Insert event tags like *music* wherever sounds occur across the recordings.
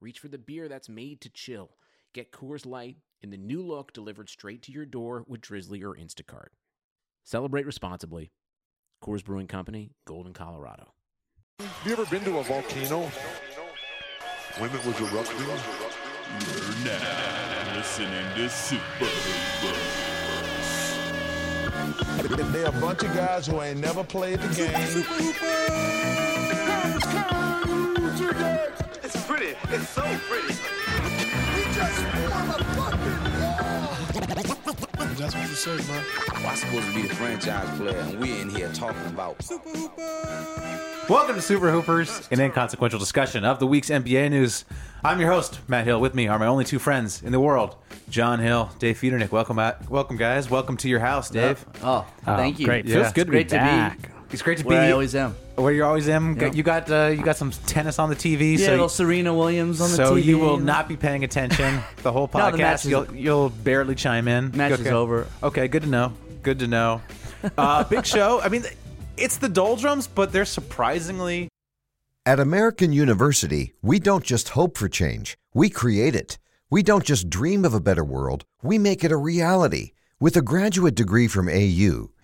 reach for the beer that's made to chill. Get Coors Light in the new look delivered straight to your door with Drizzly or Instacart. Celebrate responsibly. Coors Brewing Company, Golden, Colorado. Have you ever been to a volcano? When it was erupting, You're now listening to Super Hoopers. They're a bunch of guys who ain't never played the game. It's pretty. It's so pretty. I'm supposed to be the franchise player, and we're in here talking about Welcome to Super Hoopers, an inconsequential discussion of the week's NBA news. I'm your host, Matt Hill. With me are my only two friends in the world, John Hill, Dave Federnick. Welcome, out, welcome guys. Welcome to your house, Dave. Oh, thank you. Great. Yeah. Feels good to Great be to be- back. It's great to Where be I always am. where you always am. Yeah. You got uh, you got some tennis on the TV, Yeah, so little Serena Williams on the so TV. you will not be paying attention the whole *laughs* No, the match podcast. is- you'll you'll barely chime in. Match is Okay. over. Okay, good to know. Good to *laughs* know. Uh, big show. I mean, it's the doldrums, but they're surprisingly At American University, we don't just hope for change, we create it. We don't just dream of a better world, we make it a reality. With a graduate degree from AU,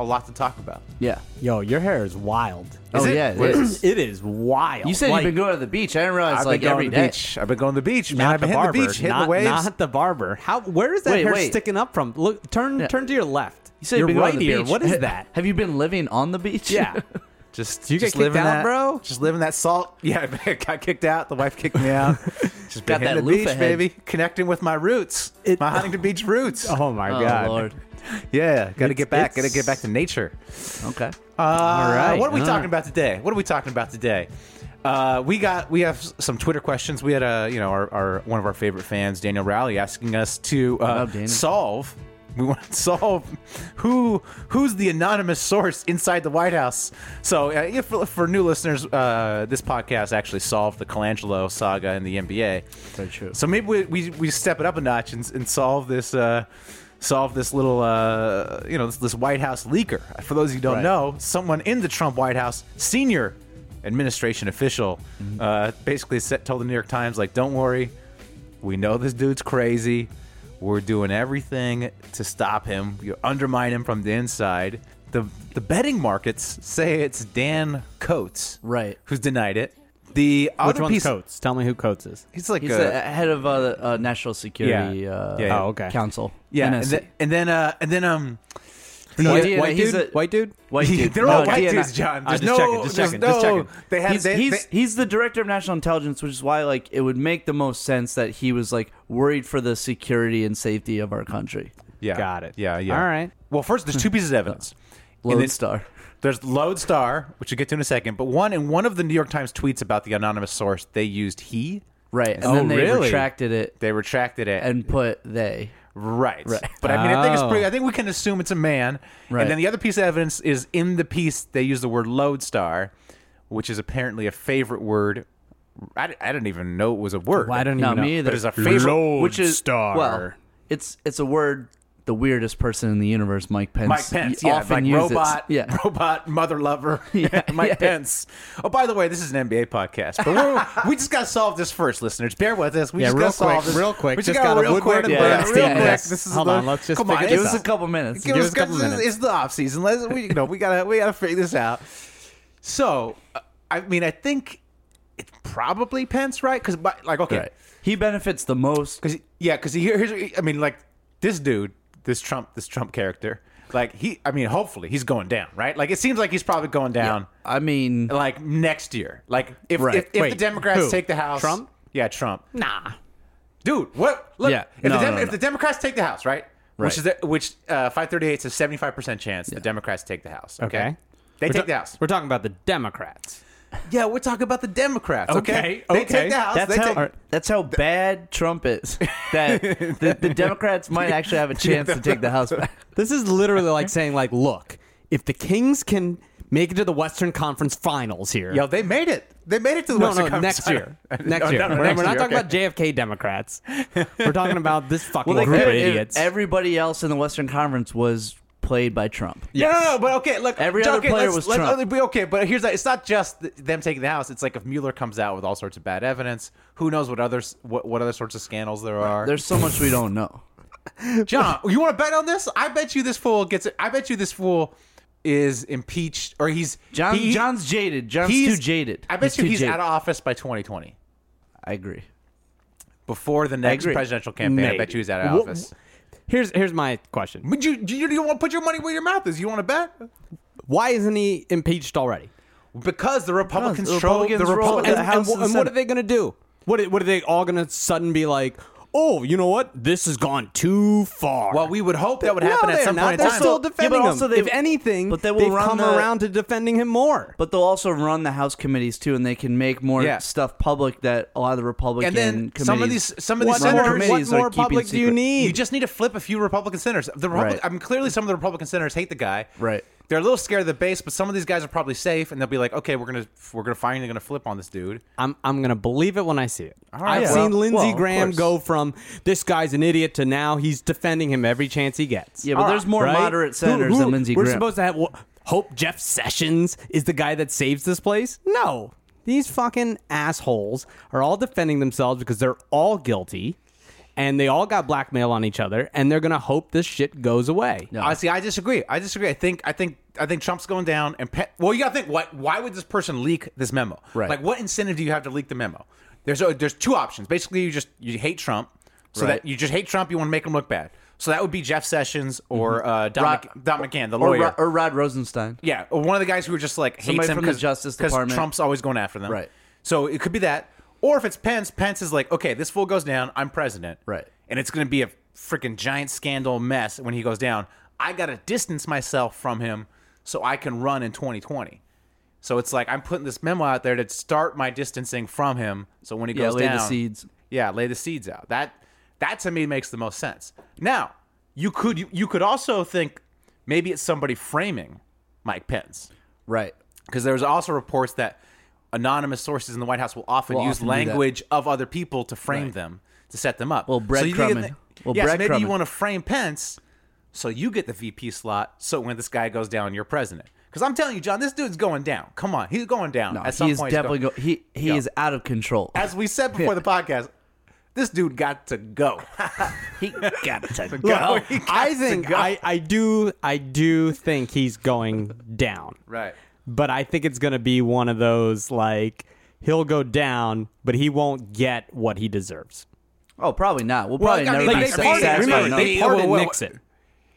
a lot to talk about. Yeah. Yo, your hair is wild. oh it? yeah, it What- is. It is wild. You said Like, you've been going to the beach. I didn't realize I've like been going every to the day. beach. I've been going to the beach, man. not I've the been hitting barber, the beach, hitting not, the waves. Not the barber. How? Where is that Wait, hair wait. sticking up from? Look, turn, Yeah. turn to your left. You said your you've been going right to the ear. beach. *laughs* *laughs* What is that? Have you been living on the beach? *laughs* yeah. just you get just kicked living out, that, bro? Just living that salt. *laughs* Yeah, I got kicked out. The wife kicked *laughs* me out. Just been Got that hitting the loofah beach, head. baby. Connecting with my roots, It- my Huntington Beach roots. *laughs* Oh my Oh god. lord. Yeah, got to It's- get back. Got it's- to get back to nature. Okay. Uh, all right, What are we all talking right. about today? What are we talking about today? Uh, we got we have s- some Twitter questions. We had a you know our, our one of our favorite fans Daniel Rowley asking us to uh, up, Daniel? solve. We want to *laughs* solve who who's the anonymous source inside the White House. So uh, if, for new listeners, uh, this podcast actually solved the Colangelo saga in the NBA. Very true. So maybe we, we, we step it up a notch and, and solve this uh, solve this little uh, you know this, this White House leaker. For those who don't Right. know, someone in the Trump White House, senior administration official, Mm-hmm. uh, basically said, told the New York Times like, "Don't worry, we know this dude's crazy. We're doing everything to stop him. You undermine him from the inside." The the betting markets say it's Dan Coates, Right. Who's denied it. The Which other one's piece, Coates? Tell me who Coates is. he's like He's a- the head of uh, the uh, National Security Yeah. Uh, Yeah, yeah. Oh, okay. Council. Yeah, and, NSC. then and then uh, and then um, The white- DNI white he's dude? a- White dude. *laughs* White dude. *laughs* they're all No, white DNI. dudes, John. I'm There's just no, checking, just there's checking, no, just checking. they had he's, they, he's, they- he's the director of national intelligence, which is why like it would make the most sense that he was like worried for the security and safety of our country. yeah, Got it. Yeah, yeah. All right. Well, first there's two pieces of *laughs* evidence. And then- Lodestar. There's Lodestar, which we'll get to in a second. But one in one of the New York Times tweets about the anonymous source, they used he. Right. And Oh, then they really? retracted it They retracted it. and put they. Right. But I mean, I think it's Oh. pretty. I think we can assume it's a man. Right. And then the other piece of evidence is in the piece they use the word lodestar, which is apparently a favorite word. I, I didn't even know it was a word. Well, I don't No, even know. me either. But it's a favorite. which is Lodestar. well, it's it's a word the weirdest person in the universe, Mike Pence. Mike Pence, y- yeah, often like uses. robot, Yeah, *laughs* robot mother *laughs* lover, Yeah, *laughs* Mike yeah. Pence. Oh, by the way, this is an NBA podcast, but we're, we just got to solve this first, listeners. Bear with us. We Yeah, just real got to solve quick, this real quick. We just, Just got gotta to real woodwork quick, and yeah, burst. real Yeah, quick. yeah. This is Hold the, on, let's just come on, figure give this us out. a couple minutes. Give Give us us a couple this is- minutes. It's the off season. Let's we you know we gotta we gotta figure this out. So, uh, I mean, I think it's probably Pence, right? Because like okay, Right. He benefits the most. because yeah, because here's I mean, like this dude, this Trump, this Trump character Like he, I mean, hopefully he's going down, right? Like it seems like he's probably going down. I mean, Like next year, like if Right. if, if the Wait, Democrats who? take the House, Trump? yeah, Trump, Nah. dude, what? Look, Yeah. if, the No, Dem- no, if no. the Democrats take the House, right? Which Right. is the, which uh, five thirty eight is a seventy five percent chance the Democrats take the House. Okay, Okay. they We're take ta- the House. We're talking about the Democrats. Yeah, we're talking about the Democrats. Okay, Okay, they okay. take the House. that's they how take- that's how bad Trump is. *laughs* That the, the Democrats might actually have a chance to take the House back. *laughs* This is literally like saying, like, look, if the Kings can make it to the Western Conference Finals here. Yo, they made it. They made it to the no, Western no, Conference. *laughs* next year. No, Next no, year. no, we're, next we're not year, talking okay. about *laughs* JFK Democrats. We're talking about this fucking Well, they group of could if idiots. Everybody else in the Western Conference was played by Trump. Yeah, No, no, no, but okay, look. Every okay, other player let's- was let's- Trump. let's be okay, but here's the- it's not just th- them taking the house. It's like if Mueller comes out with all sorts of bad evidence, who knows what others what, what other sorts of scandals there are. There's so much we don't know. John, you want to bet on this? I bet you this fool gets it. I bet you this fool is impeached or he's John, he- John's jaded. John's too he's- jaded. I bet you too he's jaded. out of office by 2020. I agree. Before the next agree. presidential campaign, I bet Maybe. you he's out of Wha- office. Here's here's my question. Would you, do you, do you want to put your money where your mouth is? You want to bet? Why isn't he impeached already? Because the Republicans, Because the troll- Republicans the rule Republicans the and, House and wh- and and what Senate. are they going to do? What are- what are they all going to sudden be like? Oh, you know what? This has gone too far. Well, we would hope that would No, happen at they're some not. point in They're time. still Yeah, but defending also him. they- if anything, but but they they will will run come the- around to defending him more. But they'll also run the House committees too, and they can make more Yeah. stuff public that a lot of the Republican and then committees. some of these some of these what Senate more, senators what committees are more keeping public do you secret. need? you just need to flip a few Republican senators. The Republic, Right. I mean, clearly some of the Republican senators hate the guy. Right. They're a little scared of the base, but some of these guys are probably safe, and they'll be like, "Okay, we're gonna we're gonna finally gonna flip on this dude." I'm I'm gonna believe it when I see it. right, I've yeah. seen Well- Lindsey well, of Graham course. go from this guy's an idiot to now he's defending him every chance he gets. Yeah, but All there's more moderate senators than Lindsey we're Graham. supposed to have wha- hope Jeff Sessions is the guy that saves this place. No, these fucking assholes are all defending themselves because they're all guilty, and they all got blackmail on each other, and they're gonna hope this shit goes away. Honestly, I disagree. I disagree. I think I think I think Trump's going down, and Pe- well, you gotta think why why would this person leak this memo? Right. Like, what incentive do you have to leak the memo? There's a, there's two options. Basically, you just you hate Trump, so Right. that you just hate Trump. You want to make him look bad. So that would be Jeff Sessions or uh, Don, Rod- Mc- Don McCann, the Mm-hmm. or, lawyer, Ro- or Rod Rosenstein. Yeah, or one of the guys who were just like hates Somebody him from the Justice Department. Trump's always going after them. Right. So it could be that, or if it's Pence, Pence is like, okay, this fool goes down, I'm president. Right. And it's going to be a freaking giant scandal mess when he goes down. I got to distance myself from him so I can run in 2020. So it's like I'm putting this memo out there to start my distancing from him. So when he Yeah, goes lay the down, seeds. yeah, lay the seeds out. That that to me makes the most sense. Now, you could you, you could also think maybe it's somebody framing Mike Pence Right. because there was also reports that anonymous sources in the White House will often Will use often do that. language of other people to frame them to set them up. Well, you get breadcrumbing. the- Well, yeah, so maybe you breadcrumbing. want to frame Pence so you get the VP slot. So when this guy goes down, you're president. Because I'm telling you, John, this dude's going down. Come on, he's going down. No, At some he is point, he's definitely going- go- he he Yeah. is out of control. As we said before the podcast, this dude got to go. *laughs* he got to Look, *laughs* go. he got *laughs* I to think go. I, I do I do think he's going down. Right. But I think it's gonna be one of those like he'll go down, but he won't get what he deserves. Oh, probably not. We'll Well, probably I mean, never like, be they sa- parted- satisfied remember, enough. they- they pardoned whoa, whoa, whoa. Nixat.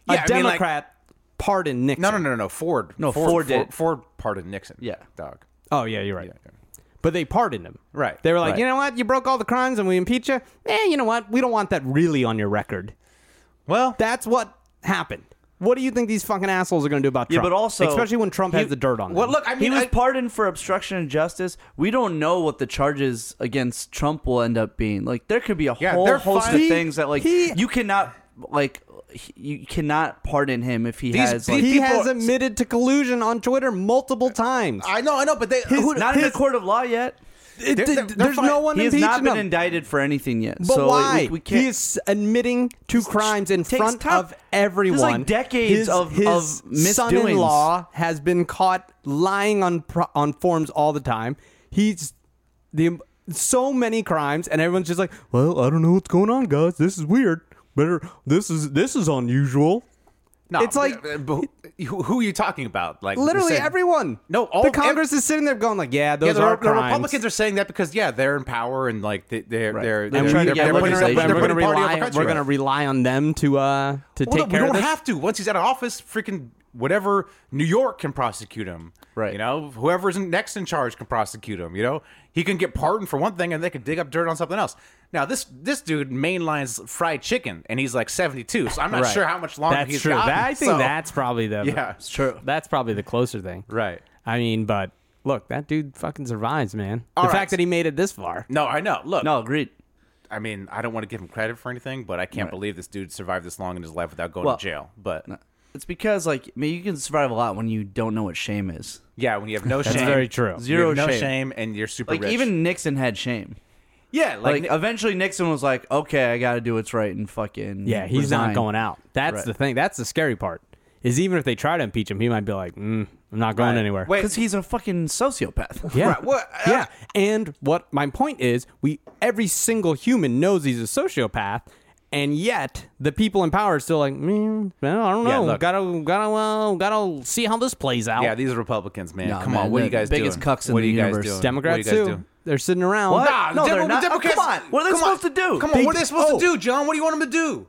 Yeah, I mean, a like- Democrat pardoned Nixon. No, no, no, no, no. Ford. No, Ford Ford did. Ford, Ford pardoned Nixon. Yeah. Dog. Oh yeah, you're right. But they pardoned him. Right, They were like, right. you know what? You broke all the crimes and we impeach you. Eh, you know what? We don't want that really on your record. Well, That's what happened. What do you think these fucking assholes are going to do about Yeah, Trump? but also- especially when Trump has the dirt on them. well, look, I mean, he was I- pardoned for obstruction of justice. We don't know what the charges against Trump will end up being. Like there could be a Yeah, whole they're host fine. of things that like He- you cannot like he- you cannot pardon him if he These has pe- like he people- has admitted to collusion on Twitter multiple times. I know, I know, but they who, not in the court of law yet. It- they're- they're it- there's fine. no one He has impeaching not been him. indicted for anything yet. but so why? Like, we, we can't. he is admitting to crimes in takes front time. of everyone. There's like decades his, of- his of misdoings. son-in-law has been caught lying on pro- on forms all the time. He's the so many crimes, and everyone's just like, "Well, I don't know what's going on, guys. This is weird. Better this is this is unusual." No, It's like- but- but *laughs* who, who are you talking about? Like Literally you said- everyone. No, all the of- Congress is sitting there going like, yeah, those Yeah, the, are the crimes. Republicans are saying that because yeah, they're in power and like they, they're they're And they're, we- they're, yeah, they're we're putting, gonna- they're we're putting gonna party over rely- country. we're gonna rely on them to uh to Well, no, take care we of don't this. have to. Once he's out of office, freaking whatever New York can prosecute him. Right. You know, whoever's in- next in charge can prosecute him. You know, he can get pardoned for one thing, and they can dig up dirt on something else. Now this this dude mainlines fried chicken, and he's like seventy two. So I'm not Right. sure how much longer That's he's true. got. That- I think so- that's probably the *laughs* Yeah, it's true. That's probably the closer thing. right. I mean, but look, that dude fucking survives, man. All the right. fact that he made it this far. No, I know. Look, No, agreed. I mean, I don't want to give him credit for anything, but I can't believe this dude survived this long in his life without going Well, to jail. But It's because like I mean, you can survive a lot when you don't know what shame is. yeah, when you have no That's shame, very true. you Zero have no shame. shame. and you're super Like rich. even Nixon had shame. yeah, Like, eventually Nixon was like, "Okay, I got to do what's right and fucking Yeah, he's not resign. going out. That's Right. the thing. That's the scary part. Is even if they try to impeach him, he might be like, mm, I'm not going anywhere. Wait, because he's a fucking *laughs* sociopath." Yeah. Right, what- uh, yeah. And what my point is, we every single human knows he's a sociopath, and yet the people in power are still like, mm, well, I don't know. Yeah, look. gotta gotta well, gotta see how this plays out. Yeah, these Republicans, man. Nah, Come man, on, what are the you guys biggest doing? cucks in what the are you guys univerats. doing? Democrats what are you guys too. doing? They're sitting around. Nah, No, Demo- they're not- oh, Democrats- come on. What are they come on. supposed to do? Come on, They- what are they supposed oh. to do, John? What do you want them to do?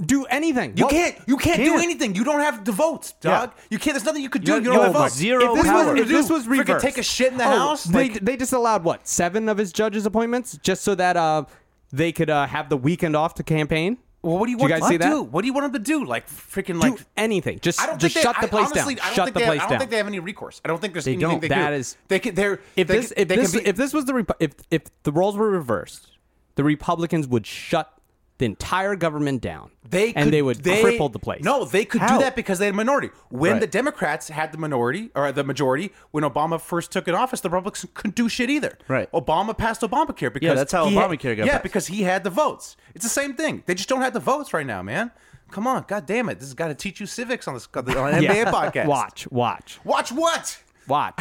Do anything. You What- can't. You can't, do Can't. anything. You don't have the votes, dog. You can't. There's nothing you could do. You- You, you don't have have like votes. zero if this power. Was, If this was freaking reversed, take a shit in the Oh, house. They, like- they disallowed what seven of his judges' appointments just so that uh, they could uh, have the weekend off to campaign. well, what do you Did you want guys them see to that? do? What do you want them to do? Like freaking Do like. anything. Just I don't just think they, shut the I- place honestly, down. I don't Shut think the they, place I don't down. think they have any recourse. I don't think there's They anything don't. they That do. is- They can. They're. if they this can- if they can this be- if this was the Repu- if if the roles were reversed, the Republicans would shut the entire government down. They and could, they would cripple the place. No, they could How? do that because they had a minority. When Right. the Democrats had the minority or the majority, when Obama first took an office, the Republicans couldn't do shit either. Right. Obama passed Obamacare because that's how he had- Obamacare got Yeah, passed. because he had the votes. It's the same thing. They just don't have the votes right now, man. Come on, god damn it! This has got to teach you civics on this on *laughs* the NBA *laughs* Yeah. podcast. Watch, watch, watch what? watch.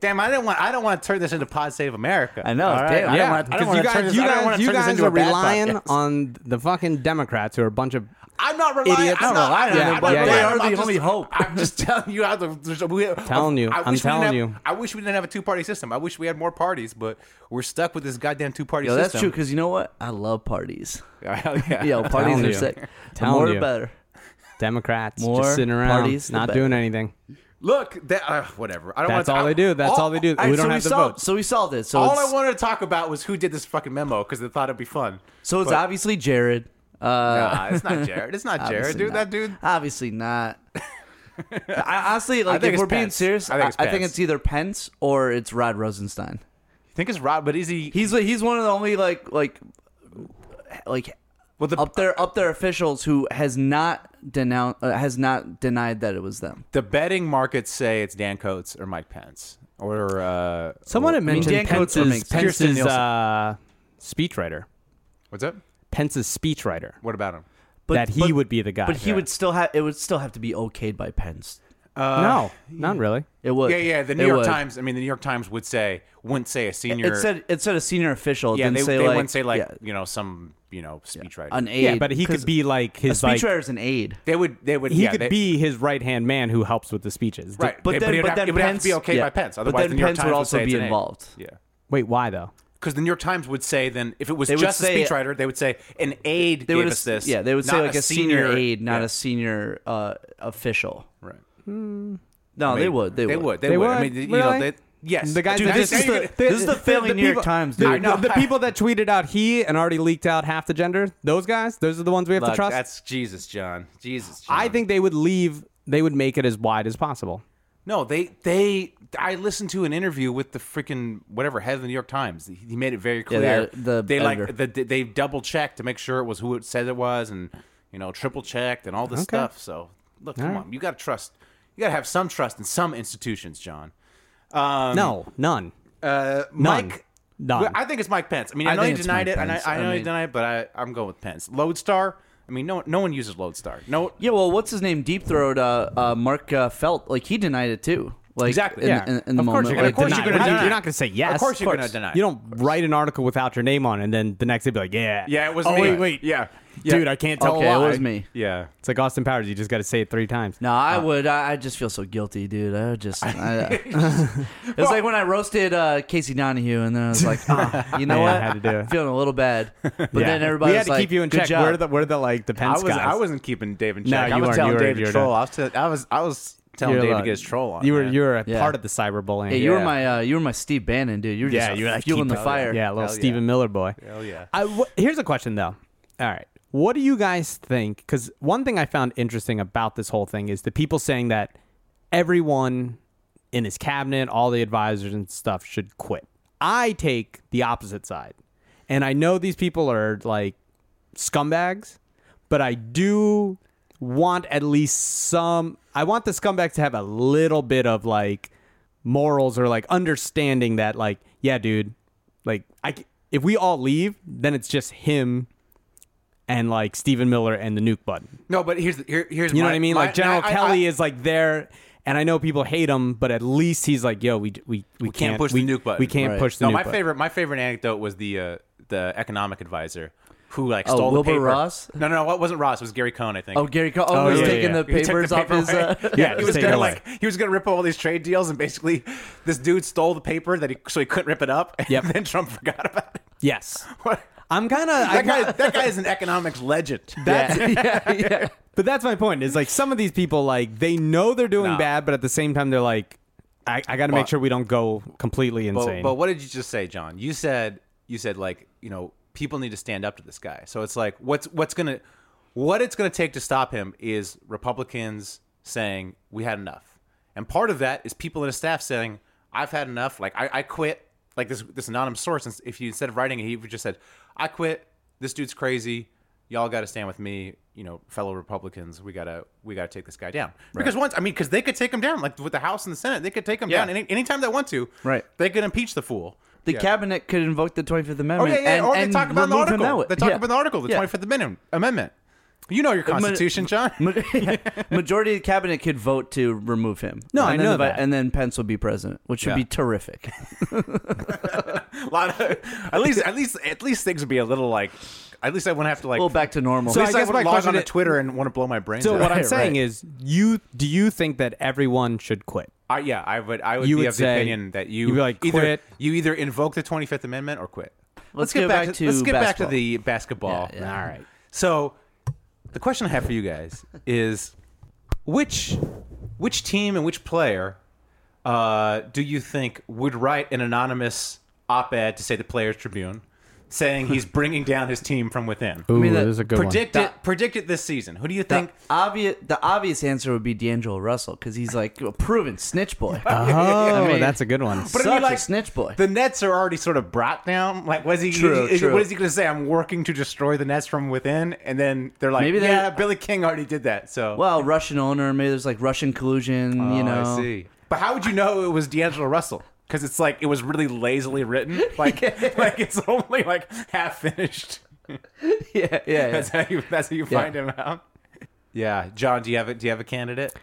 Damn, I didn't want. I don't want to turn this into Pod Save America. I know, All damn. I Yeah, don't want to, I don't because you want to turn guys, this. you I don't want guys, to you turn this guys into are a bad relying podcast. on the fucking Democrats who are a bunch of I'm not relying. Idiots. I'm not I relying on don't know. Yeah, it. I'm not yeah, relying yeah. on it. They are I'm the only just- hope. I'm just telling you. How the, there's, we, Telling you. I I'm wish we didn't telling have- you. I wish we didn't have a two-party system. I wish we had more parties, but we're stuck with this goddamn two-party Yo, system. that's true because you know what? I love parties. Hell yeah. Yo, parties Telling are you. sick. The Telling more the you. better. Democrats More just sitting around, parties, the not better. doing anything. Look, that, uh, whatever. I don't. That's wanna, all they do. That's all they do. Alright, We so don't have the solved, votes. So we solved it. So All it's, I wanted to talk about was who did this fucking memo because they thought it'd be fun. so it's but- obviously Jared. Uh, Nah, it's not Jared. *laughs* It's not Jared, obviously dude. not. That dude. *laughs* Obviously not. I, honestly, like think if it's we're being Pence. serious, I think it's I, I think Pence. it's either Pence or it's Rod Rosenstein. I think it's Rob, but is he? He's like he's one of the only like like like well, the up there up there officials who has not denounced uh, has not denied that it was them. the betting markets say it's Dan Coates or Mike Pence or uh, Someone had mean, mentioned Dan Coates would Pence's, make sense. Kirsten Pence's Nielsen. uh, speechwriter. what's up? Pence's speechwriter. What about him? But that he but- would be the guy. But he Yeah. would still have it would still have to be okayed by Pence. Uh, no, not really. It would. Yeah, yeah. The New It York would. Times. I mean, the New York Times would say wouldn't say a senior. It said it said a senior official. It yeah. didn't They, say they like, wouldn't say like yeah, you know some you know speechwriter. an aide. Yeah, but he 'cause could be like a his like speechwriter is an aide. they would. They would. he yeah, could they- be his right hand man who helps with the speeches. right. But they- then- it would but have- then it would have to be Pence- okay yeah. by Pence. But Otherwise, then the New York Pence would Times would also say it's be an aide. involved. Yeah. Wait, why though? Because the New York Times would say then if it was They would just a say- speechwriter, they would say an aide They gave would us this. Yeah, they would say not like a senior, aide, not yeah. a senior uh, official. Hmm. Right. No, I they mean, would. They, They would. would. They They would. I would? mean, you know, Really? they. Yes. The guys. Dude, that- this, this, is the, this, this is the failing New York Times, The, dude. I know. the people that tweeted out he and already leaked out half the gender. Those guys. Those are the ones we have Look, to trust. That's Jesus, John. Jesus. John. I think they would leave. They would make it as wide as possible. No, they they. I listened to an interview with the freaking whatever head of the New York Times. He he made it very Yeah, clear. the- the they like editor. the, they double checked to make sure it was who it said it was, and you know triple checked and all this Okay. stuff. So look, come on, you got to trust. You got to have some trust in some institutions, John. Um, no, none. uh, None. Mike. None. I think it's Mike Pence. I mean, I, I know he think it's denied Mike it, and I, Pence. I I know he mean- denied it, but I, I'm going with Pence. Lodestar. I mean, no no one uses Lodestar. No, Yeah, well, what's his name? Deep Throat, uh, uh, Mark uh, Felt, like he denied it too. Like Exactly, in, yeah. in, in the of course moment. you're gonna like, course deny. you're gonna What do you- deny. You're not gonna say yes. Of course you're gonna deny. You don't write an article without your name on, it, and then the next day be like, yeah, Yeah, it was oh, me. Wait, wait, Yeah. dude, I can't tell Okay, a lie. it was me. Yeah. It's like Austin Powers. You just got to say it three times. No, I would. I, I just feel so guilty, dude. I would just. I, *laughs* *laughs* it's like when I roasted uh, Casey Donahue, and then I was like, *laughs* ah, you know Man, I what? had to do it. Feeling a little *laughs* bad, but Yeah. then everybody was we had to like, keep you in "Good check. job." Where the where the like the I Pence was guys? I wasn't keeping Dave in check. No, I you was weren't. telling You were- Dave you to were troll. done. I was, t- I was I was telling You're Dave like- to get his troll on. You were man. you were a Yeah. part of the cyberbullying. Hey, you were Yeah. my uh, you were my Steve Bannon, dude. You were just yeah, you were like fueling keep the up. fire. Yeah, little Hell yeah. Stephen Miller boy. Hell yeah. I w- here's a question though. All right, what do you guys think? Because one thing I found interesting about this whole thing is the people saying that everyone in his cabinet, all the advisors and stuff, should quit. I take the opposite side, and I know these people are like scumbags, but I do want at least some. I want the scumbags to have a little bit of like morals or like understanding that like yeah, dude, like I c- if we all leave, then it's just him and like Stephen Miller and the nuke button. No, but here's here, here's You know my- what I mean? my- Like General I- I- Kelly I- is like there, and I know people hate him, but at least he's like, yo, we we we, can't push the we, nuke button. We can't Right. push the No, nuke my button. favorite my favorite anecdote was the uh, the economic advisor who like Oh, stole Wilbur the paper. Ross? No, no, no, it wasn't Ross. It was Gary Cohn, I think. Oh, Gary Cole. Oh, Oh, he was yeah, taking yeah. the *laughs* He took the papers off paper his. Uh, away. Yeah, he just was take it gonna away. like he was gonna rip up all these trade deals, and basically this dude stole the paper that he so he couldn't rip it up. And Yep. then Trump forgot about it. *laughs* yes, What? I'm kind of. That guy, that guy is an economics legend. *laughs* That's, yeah, yeah. But that's my point. Is like some of these people, like they know they're doing Nah. bad, but at the same time, they're like, I, I got to make But- sure we don't go completely But, insane. but what did you just say, John? You said you said like you know people need to stand up to this guy. So it's like what's what's gonna what it's gonna take to stop him is Republicans saying we had enough, and part of that is people in his staff saying I've had enough. Like I, I quit. Like this this anonymous source. ins- If you instead of writing it, he would just said I quit. This dude's crazy. Y'all got to stand with me, you know, fellow Republicans. We gotta, we gotta take this guy down. Because once, I mean, because they could take him down, like with the House and the Senate, they could take him Yeah. down any, anytime they want to. Right. They could impeach the fool. the cabinet could invoke the Twenty Fifth Oh Amendment. yeah, yeah. And, or they and talk about the remove him article. that They way. talk Yeah. about the article, the Yeah. Twenty Fifth Amendment. Amendment. You know your Ma- Constitution, John. ma- *laughs* yeah. Majority of the cabinet could vote to remove him. No, and I then know the vi- that. And then Pence would be president, which would Yeah. *laughs* be terrific. A lot of, at least, at least, at least things would be a little like. At least I wouldn't have to like. Well, back to normal. So So at I least I, guess my wouldn't log question on to is- Twitter and want to blow my brains *laughs* so out. what I'm Right, saying right. is, you do you think that everyone should quit? *laughs* I, yeah, I would. I would You be would of say- the opinion that you you'd be like, either "Quit." you either invoke the Twenty Fifth Amendment or quit. Let's go back to let's get back to basketball. the basketball. Yeah, yeah. All right. So the question I have for you guys is which which team and which player uh, do you think would write an anonymous op-ed to say the Players Tribune saying *laughs* he's bringing down his team from within? Ooh, that- a good Predict it, predict it this season. Who do you think? the obvious, the obvious answer would be D'Angelo Russell because he's like a proven *laughs* snitch boy. Uh-huh. Oh, I mean- that's a good one. But I mean, such like, a snitch boy. The Nets are already sort of brought down. Like, was he? True, is- true. What is he going to say? I'm working to destroy the Nets from within, and then they're like, Maybe they- yeah, Billy King already did that. So well, Russian owner, maybe there's like Russian collusion. you know, Oh, I see. But how would you know it was D'Angelo Russell? Because it's like it was really lazily written. *laughs* Like, like it's only like half finished. yeah, yeah. That's how you. That's how you find him out. Yeah, John. Do you have it? Do you have a candidate?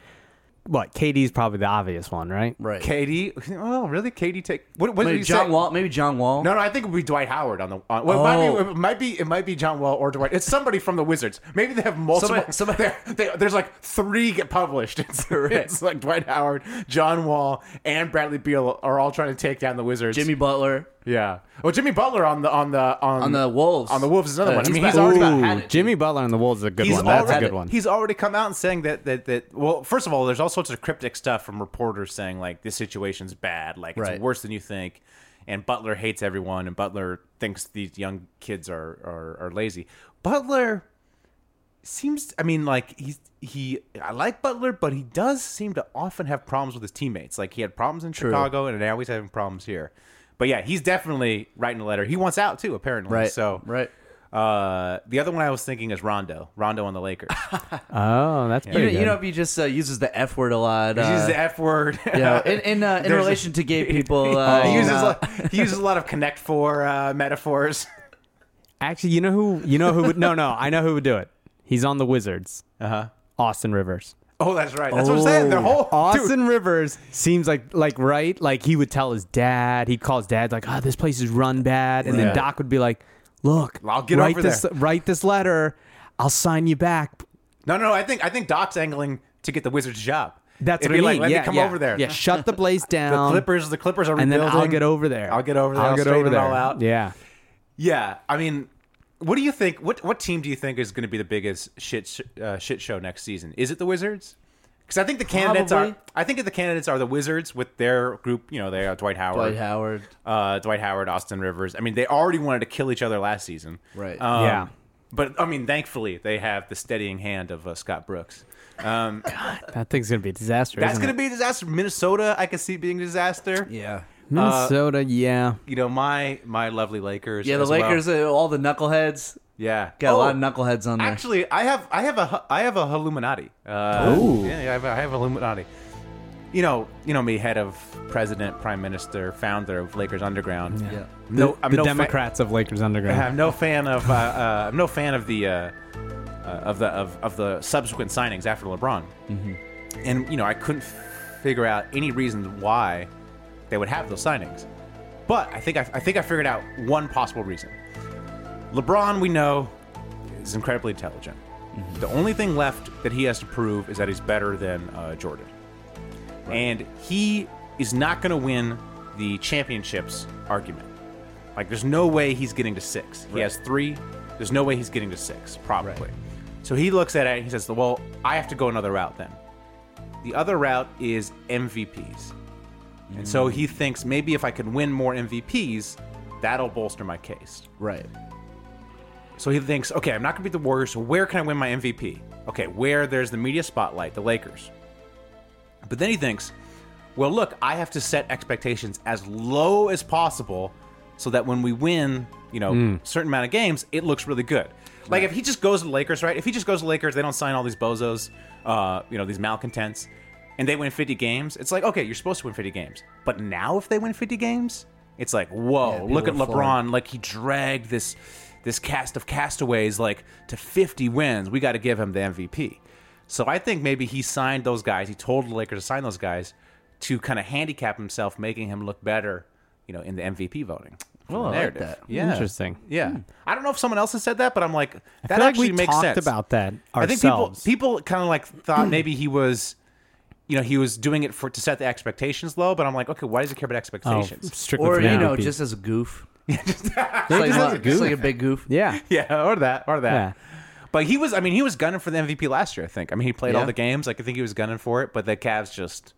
what? KD's probably the obvious one, right? right. Katie. Oh, really? Katie take. What? What did Maybe you John say? Wall. Maybe John Wall. No, no, I think it would be Dwight Howard on the. On, well, it, might Oh. be, it might be it might be John Wall or Dwight. It's somebody from the Wizards. Maybe they have multiple. Somebody- somebody- *laughs* they're- they- there's like three get published. *laughs* It's, it's like Dwight Howard, John Wall, and Bradley Beal are all trying to take down the Wizards. Jimmy Butler yeah. Oh, Jimmy Butler on the on the on, on the Wolves. on the Wolves is another Uh, one. I he's mean, he's back- already Ooh. got- had it. Jimmy Butler on the Wolves is a good He's one. That's a already- good one. He's already come out and saying that that that. Well, first of all, there's all sorts of cryptic stuff from reporters saying like this situation's bad, like it's Right. worse than you think, and Butler hates everyone, and Butler thinks these young kids are are, are lazy. Butler seems. I mean, like he's he. I like Butler, but he does seem to often have problems with his teammates. Like he had problems in Chicago, and now he's having problems here. But yeah, he's definitely writing a letter. He wants out too, apparently. Right. So right. uh, the other one I was thinking is Rondo. Rondo on the *laughs* Lakers. oh, that's You pretty know, good. you know if he just uh, uses the F word a lot. He uses Uh, the F *laughs* word. yeah, in in, uh, in There's a- relation to gay people, *laughs* uh, he, you uses know. a lot, he uses a lot of Connect Four uh, metaphors. *laughs* Actually, you know who? You know who would? No, no, I know who would do it. He's on the Wizards. Uh huh. Austin Rivers. Oh, that's right. That's what I'm saying. Oh. The whole dude, Oh, Austin Rivers seems like like right. Like he would tell his dad. He'd call his dad like, "Oh, this place is run bad," and then Right. Doc would be like, "Look, I'll get write over this. there." Write this letter." I'll sign you back. No, no, I think I think Doc's angling to get the Wizards' job. That's It'd what be I like, mean. Let yeah, me come yeah, over there. Yeah, shut the place *laughs* down. The Clippers, the Clippers are and then rebuilding. I'll get over there. I'll get over there. I'll, I'll get over straighten it there. all out. Yeah. Yeah, I mean, what do you think? What what team do you think is going to be the biggest shit sh- uh, shit show next season? Is it the Wizards? Because I think the candidates are. Probably. I think the candidates are the Wizards with their group. You know, they are Dwight Howard, Dwight Howard. uh, Dwight Howard, Austin Rivers. I mean, they already wanted to kill each other last season. Right. Um, Yeah. But I mean, thankfully, they have the steadying hand of uh, Scott Brooks. Um, That thing's going to be a disaster. that's isn't going to be it? a disaster. Minnesota, I can see being a disaster. Yeah. uh, Minnesota, yeah. You know, my my lovely Lakers. Yeah, the as well. Lakers, uh, all the knuckleheads. Yeah, Got a lot of Oh, knuckleheads on there. Actually, I have I have a hu- I have a Illuminati. Uh, Ooh. yeah, yeah, I have, I have Illuminati. You know, you know me, head of president, prime minister, founder of Lakers Underground. yeah. I'm no, the I'm the no fa- Democrats of Lakers Underground. I'm no fan of uh, uh, I'm no fan of the uh, uh, of the of, of the subsequent signings after LeBron. And you know, I couldn't f- figure out any reason why they would have those signings. But I think I, I think I figured out one possible reason. LeBron, we know, is incredibly intelligent. The only thing left that he has to prove is that he's better than uh, Jordan, and he is not going to win the championships argument. Like, there's no way he's getting to six. He has three. There's no way he's getting to six, probably. So he looks at it and he says, "Well, I have to go another route then." The other route is MVPs. And so he thinks maybe if I can win more MVPs, that'll bolster my case. Right. So he thinks, okay, I'm not going to beat the Warriors, so where can I win my MVP? Okay, where there's the media spotlight, the Lakers. But then he thinks, well, look, I have to set expectations as low as possible so that when we win, you know, certain amount of games, it looks really good. Like if he just goes to the Lakers, right? If he just goes to the Lakers, they don't sign all these bozos, uh, you know, these malcontents, and they win 50 games. It's like, okay, you're supposed to win 50 games. But now if they win 50 games, it's like, whoa, people look at are LeBron flying. on, like he dragged this this cast of castaways like to 50 wins. We got to give him the MVP. So I think maybe he signed those guys. He told the Lakers to sign those guys to kind of handicap himself, making him look better, you know, in the MVP voting. Oh, like that. Yeah. Interesting. Hmm. Yeah. I don't know if someone else has said that, but I'm like that I feel like actually we makes talked sense. about that I think people ourselves. people kind of like thought *clears throat* maybe he was you know, he was doing it for to set the expectations low, but I'm like, okay, why does he care about Oh, expectations? strictly Or, for the you know, MVP. just as a goof. *laughs* It's like, just as uh, a It's goof. like a big goof. yeah. *laughs* Yeah, or that, or that. Yeah. But he was, I mean, he was gunning for the MVP last year, I think. I mean, he played all Yeah. the games. Like, I think he was gunning for it, but the Cavs just,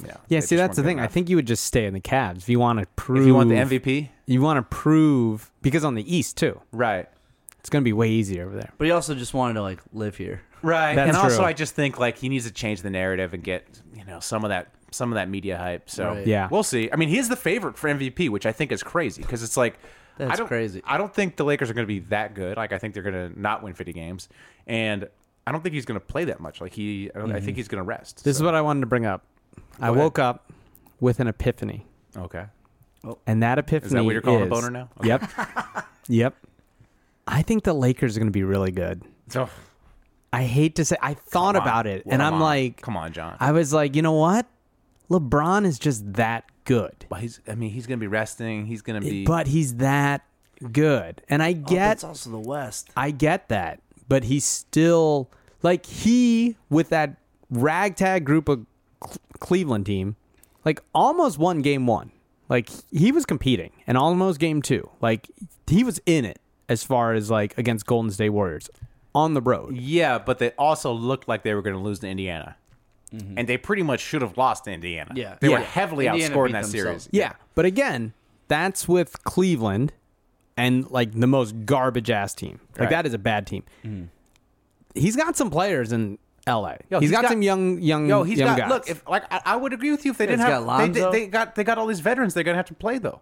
you know, Yeah, they see, just that's the weren't good thing. I enough. think you would just stay in the Cavs if you want to prove. if you want the MVP, You want to prove because on the East too, right. it's going to be way easier over there. But he also just wanted to, like, live here. Right. That's and also, true. I just think, like, he needs to change the narrative and get, you know, some of that. Some of that media hype, so Right. Yeah. we'll see. I mean, he is the favorite for MVP, which I think is crazy because it's like I That's don't, crazy. I don't think the Lakers are going to be that good. Like, I think they're going to not win fifty games, and I don't think he's going to play that much. Like, he, I, don't, I think he's going to rest. Mm-hmm. This is what I wanted to bring up. I ahead. woke up with an epiphany, okay. and that epiphany Is that what you're calling is- a boner now? Yep. *laughs* yep. I think the Lakers are going to be really good. So I hate to say. I thought Come on. about it, and Come I'm on. like, come on, John. I was like, you know what? LeBron is just that good, Well, he's, I mean, he's gonna be resting. He's gonna be. but he's that good, and I Oh, But get It's also the West. I get that, but he's still like he with that ragtag group of Cl- Cleveland team, like almost won game one. Like he was competing and almost game two. Like he was in it as far as like against Golden State Warriors on the road. yeah, but they also looked like they were gonna lose to Indiana, and they pretty much should have lost to Indiana. Mm-hmm. Yeah. they were Yeah. heavily Indiana outscored in beat that themselves. series. Yeah, but again, that's with Cleveland and like the most garbage ass team. Like Right. Mm-hmm. that is a bad team. He's got some players in LA. Yo, he's he's got, got- some young young Yo, he's Mm, young got. guys. Look, if like I, I would agree with you if they Yeah, didn't he's have. got they, Lonzo. they got they got all these veterans. They're gonna have to play though.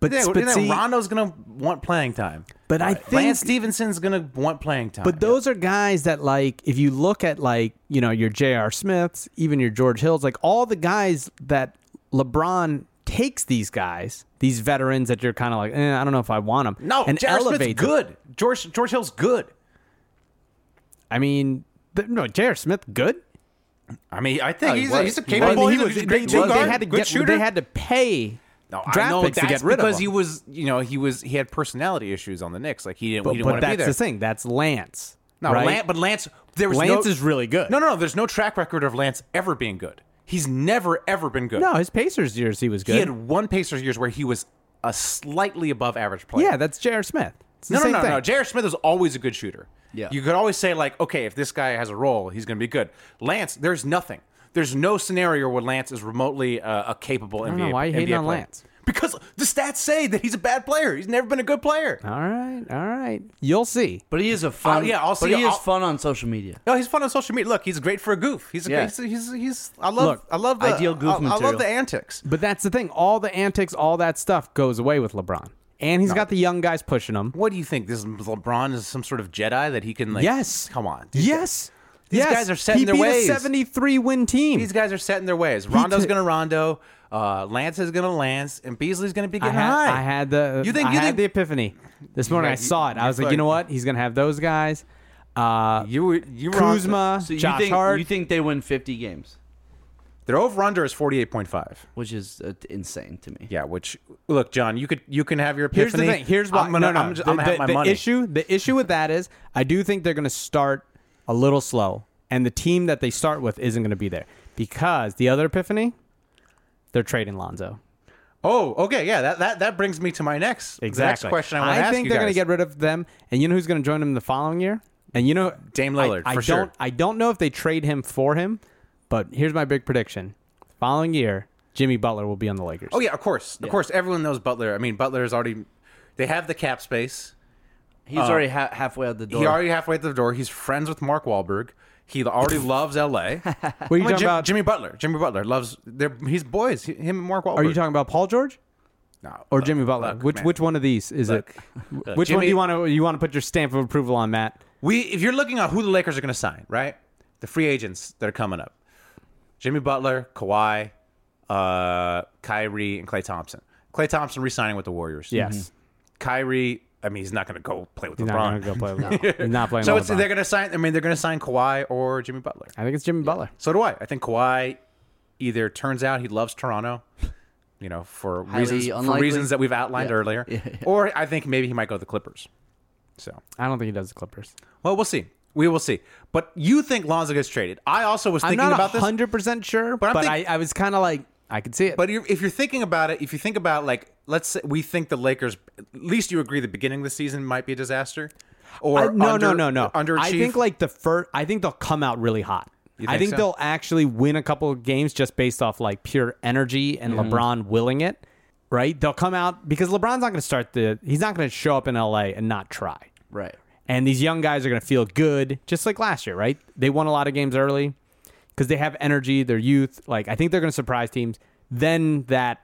but, Yeah, but see- Rondo's gonna want playing time. But I Right. think- Lance Stevenson's gonna want playing time. But those are guys that like if you look at like, you know, your J.R. Smiths, even your George Hills, like all the guys that LeBron takes these guys, these veterans that you're kind of like, eh, I don't know if I want them. no, and J.R. Smith's elevates them. good. George George Hill's good. I mean, th- no, J.R. Smith good. I mean, I think Oh, he he's, was. a, he's a He capable. I mean, he's a was- great they, two they- they guard, had to good get shooter. they had to pay No, I draft know picks to that's get rid because of him. he was, you know, he was he had personality issues on the Knicks. Like he didn't, but he didn't but want to that's be there. the thing. That's Lance. No, right? Lan- but Lance, there was Lance no- is really good. No, no, no. There's no track record of Lance ever being good. He's never ever been good. No, his Pacers years he was good. he had one Pacers years where he was a slightly above average player. yeah, that's J.R. Smith. It's the No, no, same no, thing. no. J.R. Smith is always a good shooter. Yeah. You could always say, like, okay, if this guy has a role, he's going to be good. Lance, there's nothing. There's no scenario where Lance is remotely uh, a capable NBA. don't know why you NBA hating on player. Lance. Because the stats say that he's a bad player. He's never been a good player. all right, all right. You'll see. But he is a fun. yeah, I'll but see- he is I'll- fun on social media. No, he's fun on social media. Look, he's great for a goof. He's a Yeah. great, he's, he's he's I love Look, I love the ideal goof I, I love material. the antics. But that's the thing. All the antics, all that stuff goes away with LeBron. And he's got the young guys pushing him. What do you think? This is- LeBron is some sort of Jedi that he can like Yes. Come on. These Yes. These yes. guys are set in he their beat ways. a 73 win team. These guys are set in their ways. Rondo's t- gonna Rondo, uh, Lance is gonna Lance, and Beasley's gonna be I getting had, high. I had the You think I you had think the epiphany this morning. I had- saw it. you I was like, you fucking- know what? He's gonna have those guys. Uh, you were you were on- Kuzma, So you Josh think Hart. you think they win 50 games, Their over under is forty eight point five. which is uh, insane to me. Yeah, which look, John, you could you can have your Here's epiphany. the thing. Here's what I'm gonna, no, no. I'm, the, just, I'm gonna the- have my the money. issue. The issue with that is, I do think they're gonna start a little slow, and the team that they start with isn't gonna be there because the other epiphany, they're trading Lonzo. Oh, okay, yeah. That, that that brings me to my next the Exactly. next question. I, want to ask think you they're guys. gonna get rid of them, and you know who's gonna join them the following year? And you know Dame I- Lillard, I, for don't. sure. I don't know if they trade him for him, but here's my big prediction: following year, Jimmy Butler will be on the Lakers. Oh yeah, of course, of course. Everyone knows Butler. I mean, Butler is already. They have the cap space. He's already ha- halfway out the door. He already halfway at the door. He's friends with Mark Wahlberg. He *laughs* already loves L.A. What are you talking about? Jimmy Butler. Jimmy Butler loves. They're he's boys. He- Him and Mark Wahlberg. Are you talking about Paul George? No, or look, Jimmy Butler? look, which man. which one of these is Look. it? Look, which one Jimmy- do you want to you want to put your stamp of approval on, Matt? We if you're looking at who the Lakers are going to sign, right? The free agents that are coming up: Jimmy Butler, Kawhi, uh, Kyrie, and Clay Thompson. Clay Thompson re-signing with the Warriors. Mm-hmm. Yes, Kyrie. I mean, he's not going to go play with he's not LeBron. going to go play. With he's not *laughs* playing. so with it's, LeBron. they're going to sign. I mean, they're going to sign Kawhi or Jimmy Butler. I think it's Jimmy Butler. So do I. I think Kawhi either turns out he loves Toronto, you know, for reasons for unlikely. reasons that we've outlined Yeah. *laughs* earlier, Yeah, yeah. or I think maybe he might go to the Clippers. So, I don't think he does the Clippers. well, we'll see. We will see. But you think Lonzo gets traded? I also was I'm thinking not about this. hundred percent sure, But but, I'm think- I, I was kind of like I could see it. But you're, if you're thinking about it, if you think about like, let's say we think the Lakers, at least you agree the beginning of the season might be a disaster, or I- no, under, no, no, no. underachieve. I think like the first. I think they'll come out really hot. I think think so? they'll actually win a couple of games just based off like pure energy and Mm-hmm. LeBron willing it. Right? They'll come out because LeBron's not going to start the. He's not going to show up in LA and not try. right. And these young guys are going to feel good, just like last year, right? They won a lot of games early because they have energy, their youth. Like I think they're going to surprise teams. Then that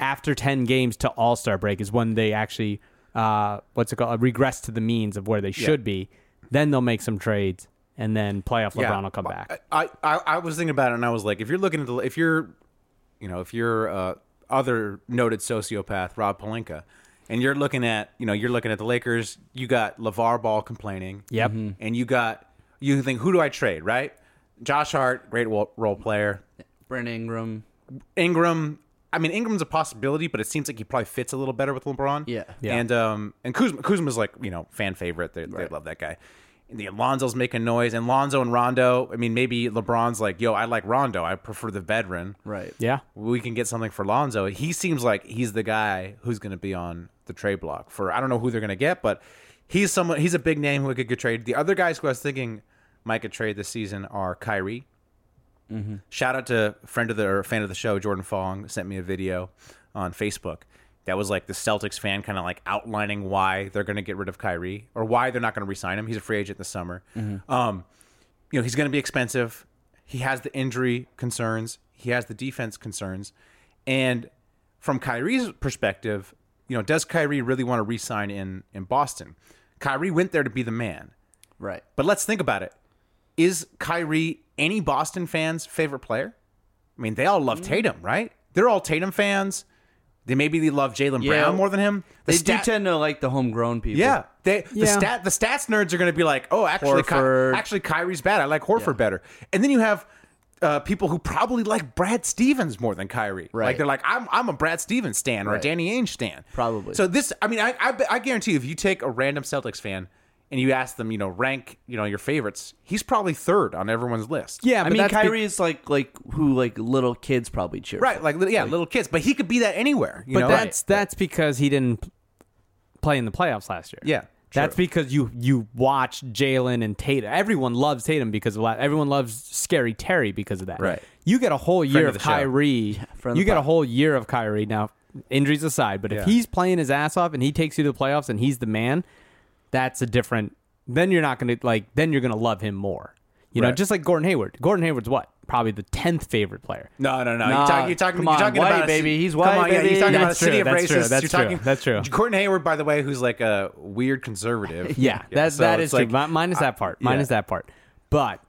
after ten games to All Star break is when they actually uh, what's it called regress to the means of where they should be. Then they'll make some trades, and then playoff LeBron will come back. I, I I was thinking about it, and I was like, if you're looking at the, if you're, you know, if you're uh, other noted sociopath Rob Palinka, and you're looking at, you know, you're looking at the Lakers. You got Levar Ball complaining. Yep. Mhm. And you got you think who do I trade? Right. Josh Hart, great wo- role player. Brent Ingram. Ingram. I mean, Ingram's a possibility, but it seems like he probably fits a little better with LeBron. Yeah. Yeah. And um and Kuzma Kuzma's like you know fan favorite. They, they love that guy. And the Alonzo's making noise, and Lonzo and Rondo. I mean, maybe LeBron's like, yo, I like Rondo. I prefer the veteran. Right. Yeah, We can get something for Lonzo. He seems like he's the guy who's going to be on the trade block for. I don't know who they're going to get, but he's someone. He's a big name who could get traded. The other guys who I was thinking might get traded this season are Kyrie. Shout out to friend of the or fan of the show, Jordan Fong, sent me a video on Facebook that was like the Celtics fan kind of like outlining why they're going to get rid of Kyrie or why they're not going to re-sign him. He's a free agent this summer. Um, you know, he's going to be expensive. He has the injury concerns. He has the defense concerns. And from Kyrie's perspective, you know, does Kyrie really want to re-sign in in Boston? Kyrie went there to be the man. Right. But let's think about it. Is Kyrie any Boston fan's favorite player? I mean, they all love Mm-hmm. Tatum, right? They're all Tatum fans. They maybe they love Jalen Yeah. Brown more than him. The They stat- do tend to like the homegrown people. yeah, they the Yeah. stat the stats nerds are going to be like, oh, actually, Ky- Horford. actually Kyrie's bad. I like Horford better. And then you have uh, people who probably like Brad Stevens more than Kyrie. Like Right. they're like, I'm I'm a Brad Stevens stan or a Right. Danny Ainge stan. Probably. So this, I mean, I I, bet- I guarantee you, if you take a random Celtics fan and you ask them, you know, rank, you know, your favorites, he's probably third on everyone's list. Yeah, I but mean, that's be- Kyrie is like like who like little kids probably cheer. Right, like li- yeah, little kids, but he could be that anywhere. You but know? that's that's because he didn't p- play in the playoffs last year. Yeah, that's because you you watch Jalen and Tatum. Everyone loves Tatum because of that. Everyone loves Scary Terry because of that. Right. You get a whole year of of the show. Kyrie. *laughs* friend of you the get a pod. whole year of Kyrie now. Injuries aside, but if Yeah. he's playing his ass off and he takes you to the playoffs and he's the man, that's a different. Then you're not gonna like. Then you're gonna love him more. You know, Right. just like Gordon Hayward. Gordon Hayward's what? Probably the tenth *laughs* favorite player. No, no, no. Nah, you're, talk, you're talking. come you're on, talking white, about a- baby. He's come white, on, yeah, baby. you're talking about a That's city true, of that's true, racists. that's you're true, talking, that's true. Gordon Hayward, by the way, who's like a weird conservative. *laughs* Yeah, that so that it's is like, true. Mi- minus that part. yeah. Minus that part. But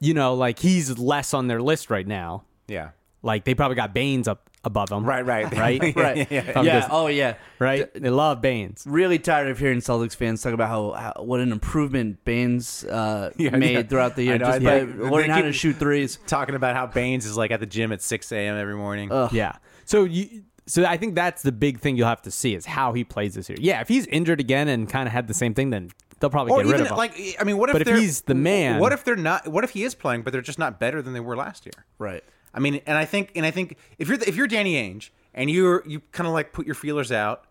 you know, like he's less on their list right now. Yeah, Like they probably got Baines up above him. right, right, Right? *laughs* yeah, Right. yeah, yeah. I'm yeah. just- oh yeah. Right? They love Baines. Really tired of hearing Celtics fans talk about how, how what an improvement Baines uh, *laughs* *laughs* Yeah, made yeah. throughout the I year know, just I by know. They *laughs* learning how to keep- shoot threes. Talking about how Baines is like at the gym at 6 a.m. every morning. Yeah. So you so I think that's the big thing you'll have to see is how he plays this year. Yeah, if he's injured again and kind of had the same thing, then they'll probably or get rid even of him. like, I mean, what if But if they're- he's the man- What if they're not? What if he is playing, but they're just not better than they were last year? Right. I mean, and I think, and I think if you're the, if you're Danny Ainge and you're you kind of like put your feelers out,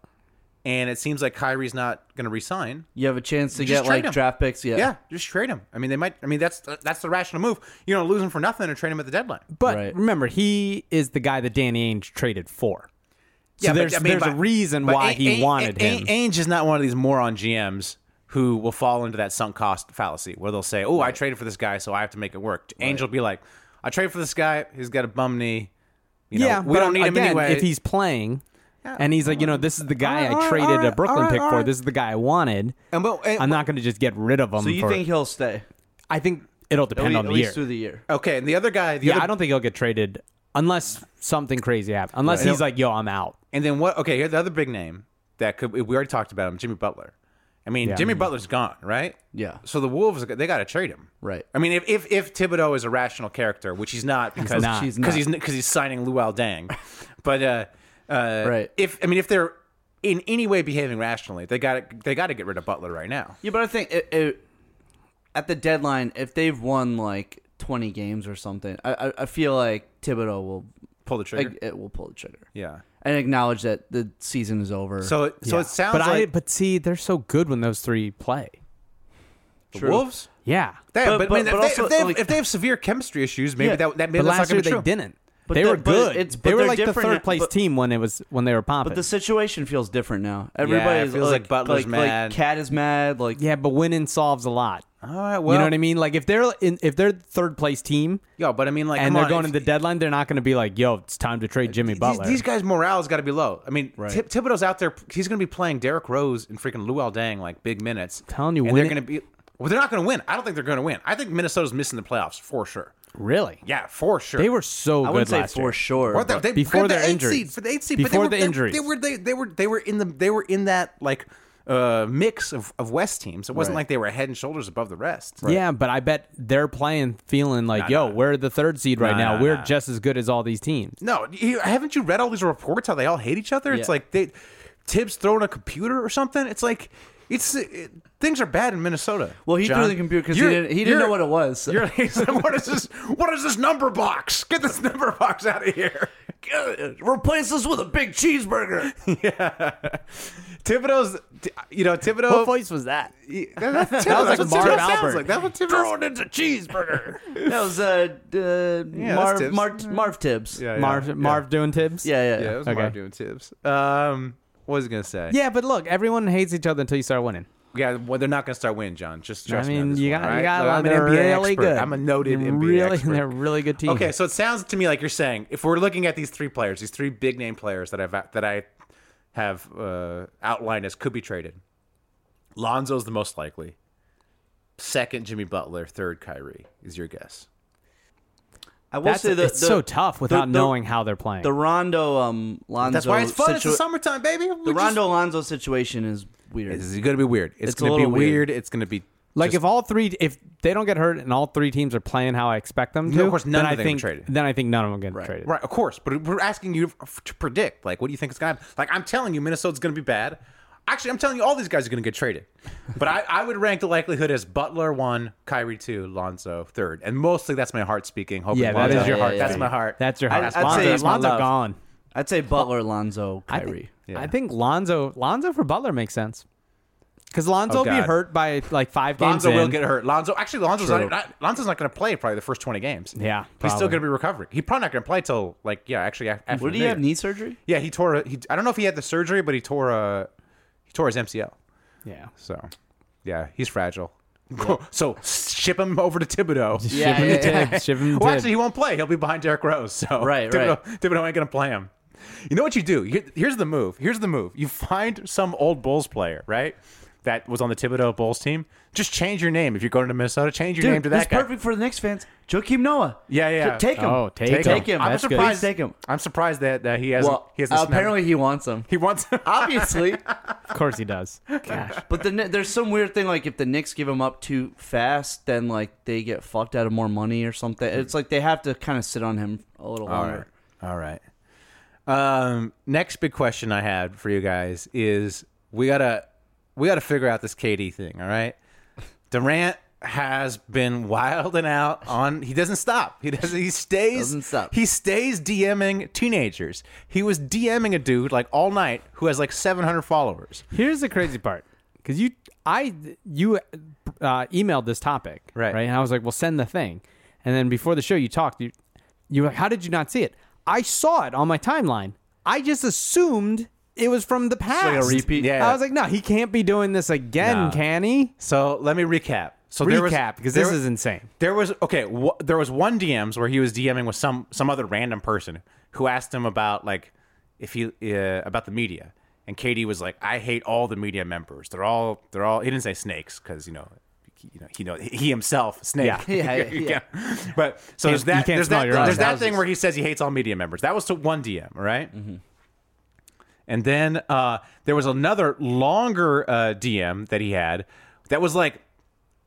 and it seems like Kyrie's not going to resign. You have a chance to just get trade like him. draft picks. Yeah. Yeah. just trade him. I mean, they might. I mean, that's that's the rational move. You know, lose him for nothing and trade him at the deadline. but Right. remember, he is the guy that Danny Ainge traded for. So yeah, there's but, I mean, there's but- a reason but why A- he A- wanted A- him. Ainge is not one of these moron GMs who will fall into that sunk cost fallacy where they'll say, "Oh, I traded for this guy, so I have to make it work." Ainge will be like, "I traded for this guy. He's got a bum knee. You know, yeah, we but don't need him again, anyway." If he's playing, and he's like, you know, this is the guy All right, I all traded a right, Brooklyn all right, pick all for. right. This is the guy I wanted. And well, and- I'm not going to just get rid of him. So you for- think he'll stay? I think it'll depend at on the least year. through the year. okay, and the other guy, the yeah, other, I don't think he'll get traded unless something crazy happens. Unless he's like, yo, I'm out. And then what? Okay, here's the other big name that could we already talked about him, Jimmy Butler. I mean, Jimmy Butler's gone, right? Yeah. So the Wolves, they got to trade him, Right. I mean, if, if if Thibodeau is a rational character, which he's not because not. He's not. because he's because he's signing Luol Deng, but uh, uh, Right. If I mean, if they're in any way behaving rationally, they got they got to get rid of Butler right now. Yeah, but I think it, it, at the deadline, if they've won like 20 games or something, I, I, I feel like Thibodeau will Pull the trigger. like, it will pull the trigger yeah. and acknowledge that the season is over. So so it sounds But I like but see, they're so good when those three play. the Wolves. Yeah. They, But- but, I mean, but- but if, they, also, if, they have, like- if they have severe chemistry issues, maybe Yeah. that that maybe But that's last not year going to they be true. didn't. But they the- were but good. it's- but they were they're like the different third now- place but- team when it was when they were popping. but the situation feels different now. Everybody's feels like Butler's like, mad. Like Cat is mad. Like yeah, but winning solves a lot. All right. Well, you know what I mean? Like if they're in, if they're third place team, Yeah, but I mean, like, and come they're on, going if- to the deadline, they're not going to be like, "Yo, it's time to Uh, trade Jimmy Butler." These, these guys' morale's got to be low. I mean, Thib- Thibodeau's out there. He's going to be playing Derrick Rose and freaking Luol Deng like big minutes. telling you, and win they're it- going to be. Well, they're not going to win. I don't think they're going to win. I think Minnesota's missing the playoffs for sure. really? Yeah, for sure. They were so I good wouldn't say last for year. sure. Weren't they- but- they- before they- their eight injuries. seed, for the eight seed, but they Before were, the they- injuries. they, were they, they were they were in the they were in that like uh mix of, of West teams. It wasn't like they were head and shoulders above the rest. Yeah, but I bet they're playing feeling like, Nah, "Yo, nah. we're the third seed right Nah, now. nah, we're nah. just as good as all these teams." No, you, haven't you read all these reports how they all hate each other? It's Yeah. like they Tibbs throwing a computer or something. It's like it's it, things are bad in Minnesota. Well, he John. threw the computer because he You're- didn't, he didn't know you're- what it was. You're like, *laughs* he's like, what is this? What is this number box? Get this number box out of here. *laughs* Replace this with a big *laughs* cheeseburger. *laughs* Thibodeau's, you know, Thibodeau. What voice was that? *laughs* *laughs* That, that, was like that's what Marv Thibodeau Albert. Sounds like. That's what Thibodeau Thrown *laughs* into cheeseburger. that was uh, uh Marv, Tibbs. Marv Marv Tibbs. Yeah, yeah, Marv yeah. Marv doing Tibbs? yeah, yeah. Yeah, it was Okay. Marv doing Tibbs. Um, what was I gonna say? Yeah, but look, everyone hates each other until you start winning. Yeah, well, they're not going to start winning, John. Just trust I mean, me. on this you one, got all right? you got. I'm an they're NBA really expert. good. I'm a noted They're NBA really, *laughs* expert. They're a really good team. Okay, so it sounds to me like you're saying if we're looking at these three players, these three big name players that I've that I have uh, outlined as could be traded, Lonzo's the most likely. Second, Jimmy Butler. Third, Kyrie is your guess. I will That's, say the, it's the- so tough the- without the- knowing how they're playing. the Rondo um Lonzo. That's why it's fun. it's the situa- summertime, baby. The Rondo Lonzo situation is weird. This is going to be weird. It's, It's a going to be little weird. weird. It's going to be Like just- if all three, if they don't get hurt and all three teams are playing how I expect them to, No, of course, none then of I them think get traded. then I think none of them get traded. Right, of course. But we're asking you f- to predict. Like, what do you think is going to happen? Like, I'm telling you, Minnesota's going to be bad. Actually, I'm telling you, all these guys are going to get traded. But I, I would rank the likelihood as Butler one, Kyrie two, Lonzo third, and mostly that's my heart speaking. Hoping Yeah, that Lonzo- is your heart That's speaking. my heart. That's your I- heart. I'd Lonzo, say Lonzo, it's my love. gone. I'd say Butler, Lonzo, I think, Kyrie. Yeah. I think Lonzo Lonzo for Butler makes sense because Lonzo Oh, will be God. hurt by like five games. Lonzo will in. get hurt. Lonzo actually Lonzo's not, not Lonzo's not going to play probably the first 20 games. Yeah, he's still probably. going to be recovering. He's probably not going to play till like yeah, actually af- after. What the do you New have Year. knee surgery? Yeah, he tore. a- He, I don't know if he had the surgery, but he tore a he tore his MCL. Yeah, So yeah, he's fragile. *laughs* so ship him over to Thibodeau. *laughs* *laughs* Yeah, yeah, yeah. Ship him Well, to- actually, he won't play. He'll be behind Derrick Rose. So Right, Thibodeau, Thibodeau ain't gonna play him. You know what you do? Here- Here's the move. Here's the move. You find some old Bulls player, right? That was on the Thibodeau Bulls team. Just change your name if you're going to Minnesota. Change your Dude, name to that's that guy. perfect for the Knicks fans. Joakim Noah. Yeah, yeah. T- Take him. Oh, take him. Take him. I'm That's good. surprised. Please take him. I'm surprised that, that he hasn't. Well, uh, he hasn't snapped- apparently he wants him. he *laughs* wants. *laughs* Obviously, of course he does. but the, Kn- there's some weird thing like if the Knicks give him up too fast, then like they get fucked out of more money or something. It's like they have to kind of sit on him a little All longer. right. All right. Um, next big question I had for you guys is we gotta we gotta figure out this KD thing. All *laughs* right. Durant has been wilding out on. He doesn't stop. He doesn't. He stays. Doesn't stop. He stays DMing teenagers. He was DMing a dude like all night who has like 700 followers. *laughs* Here's the crazy part, because you, I, you, uh, emailed this topic, Right. Right, and I was like, "Well, send the thing," and then before the show, you talked. You, you were like, "How did you not see it?" I saw it on my timeline. I just assumed it was from the past. like a repeat? Yeah. I was like, "No, he can't be doing this again, No. can he?" So let me recap. So there was, Recap, because this there- is insane. There was okay. Wh- there was one DMs where he was DMing with some some other random person who asked him about like if he uh, about the media, and Katie was like, "I hate all the media members. They're all they're all." He didn't say snakes because you know. he- You know, he know he himself snake. Yeah. Yeah, yeah, *laughs* You yeah. can't- *laughs* But so there's you that. can't There's smell that. your own There's that houses. thing where he says he hates all media members. That was to one DM, all right? Mm-hmm. And then uh, there was another longer uh, DM that he had that was like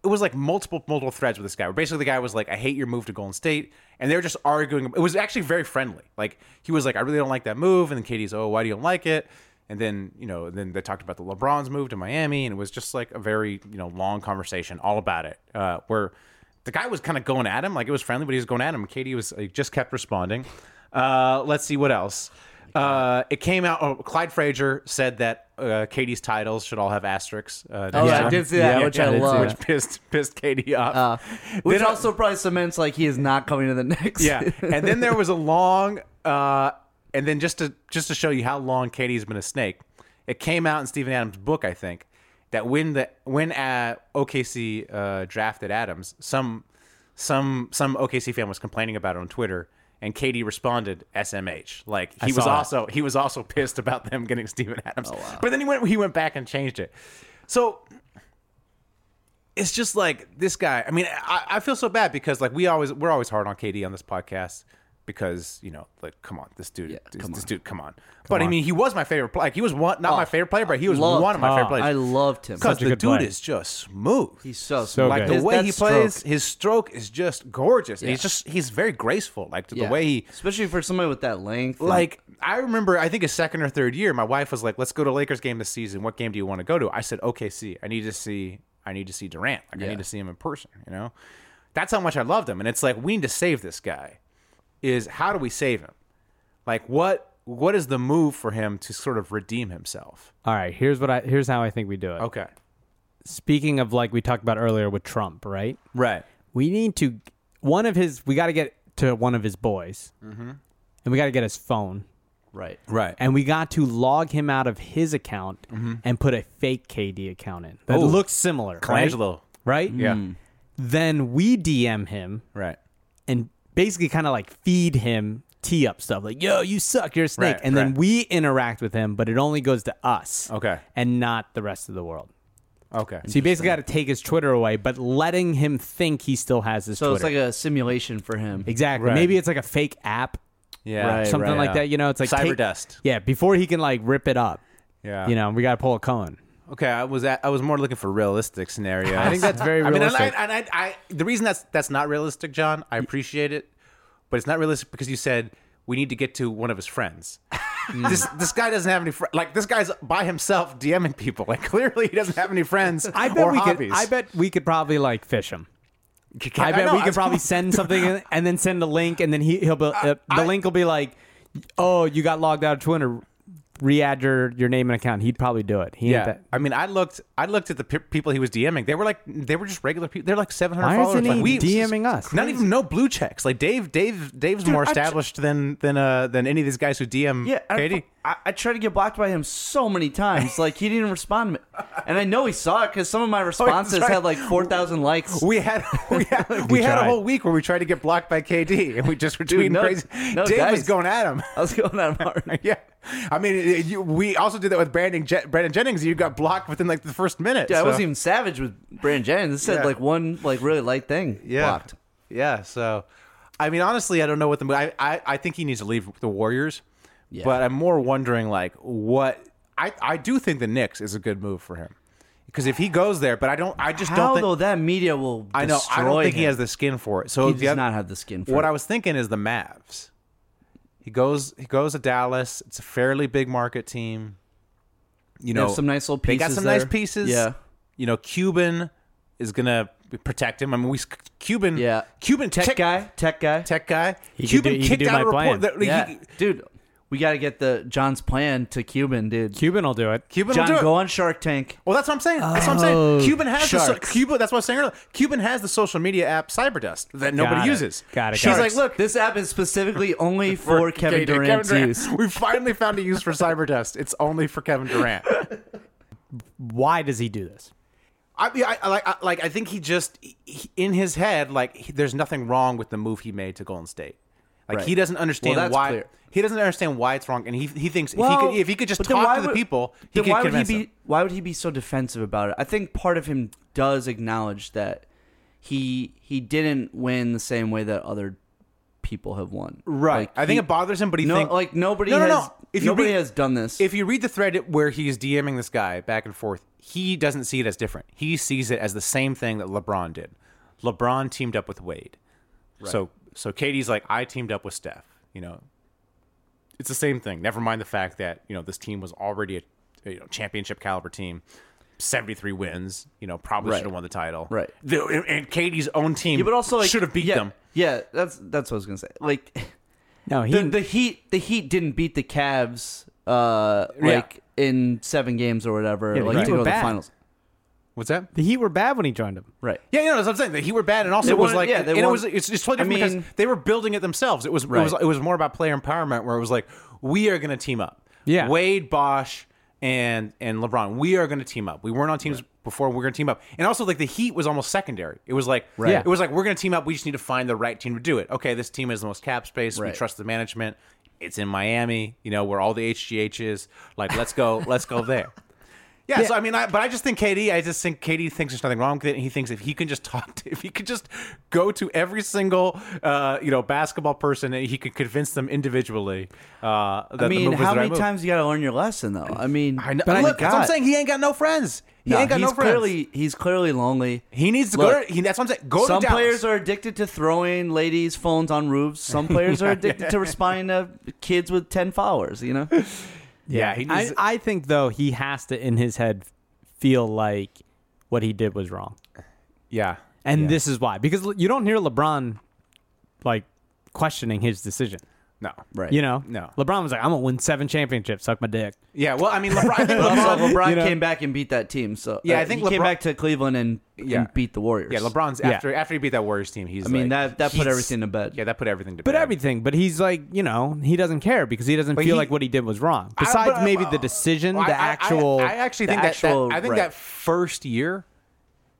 it was like multiple multiple threads with this guy. Where basically the guy was like, "I hate your move to Golden State," and they were just arguing. It was actually very friendly. Like he was like, "I really don't like that move," and then Katie's, "Oh, why do you don't like it?" And then you know, then they talked about the LeBron's move to Miami, and it was just like a very you know long conversation all about it. Uh, where the guy was kind of going at him, like it was friendly, but he was going at him. And Katie was like, just kept responding. Uh, let's see what else. Uh, it came out. Oh, Clyde Frazier said that uh, Katie's titles should all have asterisks. Uh, Oh, next yeah, I time. did see that, which I did see love. that *laughs* pissed pissed Katie off. Uh, Which Then I- also probably cements like he is not coming to the Knicks. yeah, and then there was a long, uh, and then just to just to show you how long Katie's been a snake, it came out in Stephen Adams' book, I think, that when the when uh, OKC uh, drafted Adams, some some some OKC fan was complaining about it on Twitter. And Katie responded, "SMH." Like he was saw that. also he was also pissed about them getting Stephen Adams. But then he went he went back and changed it. So it's just like this guy. I mean, I, I feel so bad because like we always we're always hard on KD on this podcast because you know like come on this dude this, this dude come on. but I mean, he was my favorite player. Like, he was one not my favorite player, but he was Oh, loved one of my him. Oh, favorite players. I loved him. because a the good dude player. is just smooth. *laughs* He's so, So smooth. good. like the His- way that he plays, stroke. his stroke is just gorgeous. And Yeah. he's just he's very graceful. Like the Yeah. way he especially for somebody with that length, and- like I remember, I think his second or third year, my wife was like, "Let's go to Lakers game this season. What game do you want to go to?" I said, "OKC. I need to see. I need to see Durant. Like I Yeah. need to see him in person." You know, that's how much I loved him. And it's like we need to save this guy. Is how do we save him? Like what? What is the move for him to sort of redeem himself? All right, here's what I here's how I think we do it. Okay, Speaking of like we talked about earlier with Trump, right? right. We need to one of his. We got to get to one of his boys, mm-hmm. and we got to get his phone. right, Right. and we got to log him out of his account and put a fake KD account in that Ooh. looks similar. Colangelo. right? right? Yeah. Mm. Then we DM him Right. and basically kind of like feed him tee up stuff like, "Yo, you suck, you're a snake," Right, and then right. we interact with him, but it only goes to us, Okay. and not the rest of the world. Okay. So you basically got to take his Twitter away, but letting him think he still has his. so Twitter. it's like a simulation for him. exactly. Right. Maybe it's like a fake app, yeah. something like yeah. that. You know, it's like cyber take- dust. Yeah, before he can like rip it up. Yeah. You know, we got to pull a Cohen. Okay, I was at, I was more looking for realistic scenarios. I think that's *laughs* very I mean, and I, realistic. and I, I, the reason that's that's not realistic, *laughs* John, I appreciate it, but it's not realistic because you said we need to get to one of his friends. this this guy doesn't have any friends. Like this guy's by himself DMing people. *laughs* Like clearly he doesn't have any friends I bet or we hobbies. could. I bet we could probably like fish him. You can't- I bet know, we could that's- *laughs* probably send something in- and then send a link, and then he he'll be uh, the link will be like, "Oh, you got logged out of Twitter. Re-add your, your name and account." He'd probably do it. He ain't Yeah, that- I mean, I looked. I looked at the pe- people he was DMing. They were like, they were just regular people. They're like seven hundred Why followers. isn't like, he DMing us? Not even no blue checks. Like Dave, Dave, Dave's more I ju- established than than uh than any of these guys who DM Yeah, I- Katie. I, I tried to get blocked by him so many times. Like he didn't respond, to me. and I know he saw it because some of my responses right. had like four thousand likes. *laughs* We had we had, we had a tried. whole week where we tried to get blocked by KD *laughs* and we just were Dude, doing no- crazy. no, Dave was guys. going at him. *laughs* I was going out of hard. yeah, I mean, it- you, we also did that with Brandon Je- Brandon Jennings. You got blocked within like the first minute. Yeah, I so- wasn't even savage with Brandon Jennings. This said Yeah. like one like really light thing. yeah. Blocked. Yeah. So, I mean, honestly, I don't know what the I I, I think he needs to leave the Warriors, but I'm more wondering like what I I do think the Knicks is a good move for him because if he goes there, but I don't I just How don't though think that media will I know I destroy don't think he him. has the skin for it. So He the does oth- not have the skin for what it. I was thinking is the Mavs. He goes he goes to Dallas. It's a fairly big market team. You They know, have some nice little They got pieces some nice there. pieces. Yeah. You know, Cuban is gonna protect him. I mean, we Cuban. Yeah. Cuban tech guy, tech guy. Tech guy. He could Cuban do- he could kicked do out a my report. plan. That, yeah, he, dude, we got to get the John's plan to Cuban, dude. Cuban will do it. Cuban John, will do go it. on Shark Tank. Well, that's what I'm saying. That's what I'm saying. Cuban has the Oh, sharks. so, Cuba. That's what I was saying earlier. Cuban has the social media app Cyberdust that nobody Got it. uses. Got it, She's got it. like, look, This app is specifically only for, Kevin Kevin Durant's Durant. use. We finally found a use for Cyberdust. It's only for Kevin *laughs* Durant. Why does he do this? I mean, I, I like, I, like, I think he just he- in his head, like, he, there's nothing wrong with the move he made to Golden State. Like, Right. he doesn't understand Well, that's why. clear. He doesn't understand why it's wrong, and he he thinks if he Well, could if he could just but then why talk to the would- people, he then could why would convince he be, them. Why would he be so defensive about it? I think part of him does acknowledge that he he didn't win the same way that other people have won. Like, I think he- it bothers him, but he no, think- like nobody No, no, no. has If you nobody read- has done this. If you read the thread where he's DMing this guy back and forth, he doesn't see it as different. He sees it as the same thing that LeBron did. LeBron teamed up with Wade. So so Katie's like, I teamed up with Steph. You know, it's the same thing. Never mind the fact that you know this team was already a you know, championship caliber team. 73 wins, you know, probably Right. should have won the title. Right. The- and- and Katie's own team yeah, but also like should have beat yeah, them. Yeah, that's that's what I was gonna say. Like No, he the, the Heat the Heat didn't beat the Cavs uh Yeah. like in seven games or whatever, Yeah, the like Heat to were go to the bad. finals. What's that? the Heat were bad when he joined him. Right. Yeah, you know, that's what I'm saying. That he were bad, and also They it was wanted- like, yeah, they and it wanted- was it's, it's totally I different mean- because they were building it themselves. It was, it was Right. it was more about player empowerment, where it was like, we are going to team up. Yeah. Wade, Bosch, and and LeBron, we are going to team up. We weren't on teams before. We're going to team up, and also like the Heat was almost secondary. It was like, Right. Yeah. it was like we're going to team up. We just need to find the right team to do it. Okay, this team is the most cap space. We Right. trust the management. It's in Miami, you know, where all the HGH is. Like, let's go, let's go *laughs* there. Yeah, so I mean, I, but I just think KD. I just think KD thinks there's nothing wrong with it, and he thinks if he can just *laughs* talk, to, if he could just go to every single, uh, you know, basketball person, and he could convince them individually. Uh, that I the mean, move was how the right many move. times you got to learn your lesson, though? I mean, I know. my But look, that's what I'm God. saying. He ain't got no friends. He Nah, ain't got he's no friends. Clearly, he's clearly lonely. he needs to go. Look, To, he, that's what I'm saying. Go Some to Dallas. players are addicted to throwing ladies' phones on *laughs* roofs. Some players are addicted to responding to kids with ten *laughs* followers. You know, yeah, he needs. I, I think though he has to in his head feel like what he did was wrong. yeah, And Yeah. this is why. Because you don't hear LeBron like questioning his decision. no, right? You know? No. LeBron was like, I'm gonna win seven championships, suck my dick. yeah. Well, I mean, LeBron. I think *laughs* But also, LeBron. LeBron You know? came back and beat that team. So Yeah, I uh, think he came LeBron- back to Cleveland and, Yeah. and beat the Warriors. Yeah, LeBron's Yeah. after after he beat that Warriors team. He's. I mean, like, that that put he's- everything to bed. Yeah, that put everything to bed. But everything, but he's like, you know, he doesn't care because he doesn't But feel he- like what he did was wrong. I- Besides but, maybe uh, the decision, I- the I- I- actual I, actually the think that- that, actual- I think right. that first year,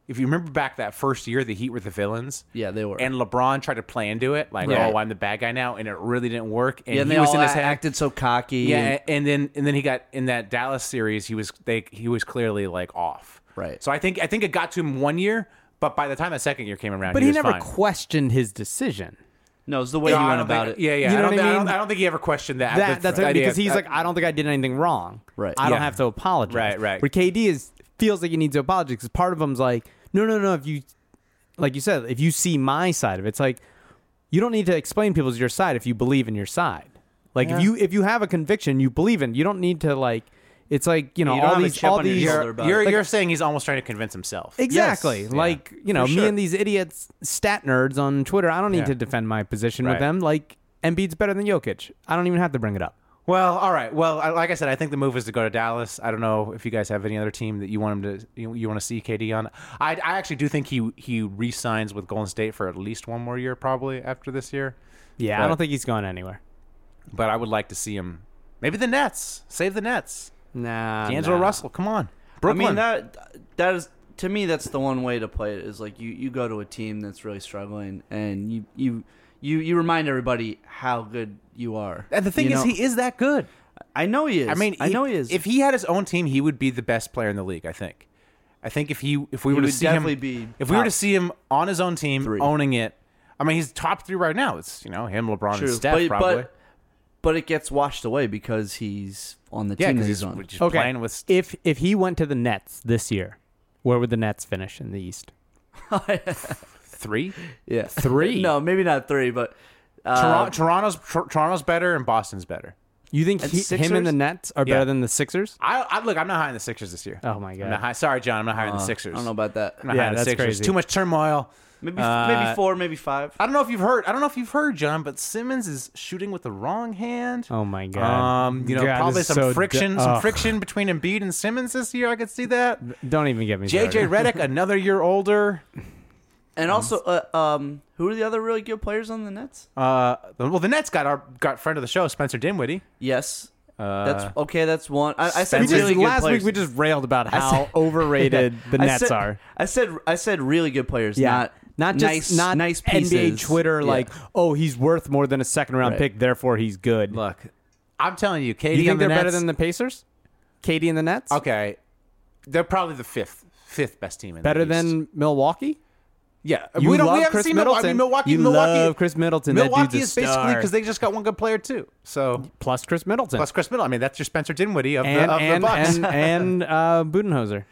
if you remember back that first year, the Heat were the villains. Yeah, they were. And LeBron tried to play into it, like, Right. oh, I'm the bad guy now, and it really didn't work. And Yeah, and he they was all in his a- head. acted so cocky. yeah, and- and then and then he got in that Dallas series. He was they he was clearly like off. Right. So I think I think it got to him one year, but by the time that second year came around, but he, was never fine. questioned his decision. no, it's the way No, he I went don't about think- it. Yeah, yeah. You I, know don't what I think- I don't- mean? I don't think he ever questioned that. That, that's right, idea. because he's I- like, I don't think I did anything wrong. Right. I don't Yeah. have to apologize. Right, right. Where KD is feels like he needs to apologize because part of him's like, no, no, no. If you, like you said, if you see my side of it, it's like you don't need to explain people's your side if you believe in your side. Like if you if you have a conviction you believe in, you don't need to like. It's like you know You don't all have a these chip all on your these shoulder about it. You're, you're saying he's almost trying to convince himself. Exactly. Yes. Like, you know, For me sure. and these idiots stat nerds on Twitter, I don't need Yeah. to defend my position Right. with them. Like, Embiid's better than Jokic. I don't even have to bring it up. Well, all right. Well, I, like I said, I think the move is to go to Dallas. I don't know if you guys have any other team that you want him to you, you want to see KD on. I, I actually do think he he re-signs with Golden State for at least one more year, probably after this year. Yeah, But- I don't think he's going anywhere. But I would like to see him. Maybe the Nets save the Nets. Nah. D'Angelo Russell, come on, I Brooklyn. mean that that is to me that's the one way to play it is like you, you go to a team that's really struggling and you you you, you remind everybody how good you are. and the thing You is, know? he is that good. I know he is. I mean, I know he is. If he had his own team, he would be the best player in the league. I think. I think if he if we were to would see him, definitely be if we were to top see him on his own team three. owning it, I mean, he's top three right now. It's you know him, LeBron, and true, Steph but, probably. but but it gets washed away because he's on the yeah, team that because he's he's on. just Okay. playing with. If, if he went to the Nets this year, where would the Nets finish in the East? Three, *laughs* *laughs* yeah, Three. no, maybe not three, but Toron- uh, Toronto's Tor- Toronto's better and Boston's better. You think And he, him Sixers? and the Nets are Yeah. better than the Sixers? I, I look. I'm not high in the Sixers this year. Oh, my God. I'm not high, sorry, John. I'm not high in the uh, Sixers. I don't know about that. I'm not Yeah, high in the that's Sixers. crazy. Too much turmoil. Maybe Uh, maybe four, maybe five. I don't know if you've heard. I don't know if you've heard, John, but Simmons is shooting with the wrong hand. Oh, my God. Um, you know, God, probably this is some so uh, friction, du- *sighs* some Ugh. friction between Embiid and Simmons this year. I could see that. Don't even get me JJ started. *laughs* Redick, another year older. And also, uh, um, who are the other really good players on the Nets? Uh, well, the Nets got our got friend of the show, Spencer Dinwiddie. Yes, Uh, that's okay. That's one. I, I We said just- really good last players. week we just railed about I *laughs* how said- *laughs* overrated the I Nets said- are. I said I said really good players, not not just nice, not nice pieces. NBA Twitter Yeah. like, oh, he's worth more than a second round Right. pick, therefore he's good. look, I'm telling you, KD. you think and the they're better Nets- than the Pacers? Katie and the Nets? Okay, they're probably the fifth fifth best team in Better the East. than Milwaukee? yeah. You we don't. love we haven't Chris seen Milwaukee. I Middleton. mean, Milwaukee. You Milwaukee. love Chris Middleton. that Milwaukee dude's is basically because because they just got one good player too. So plus Chris Middleton plus Chris Middleton. I mean, that's your Spencer Dinwiddie of and the of and the Bucks. and, and uh, Budenhoser.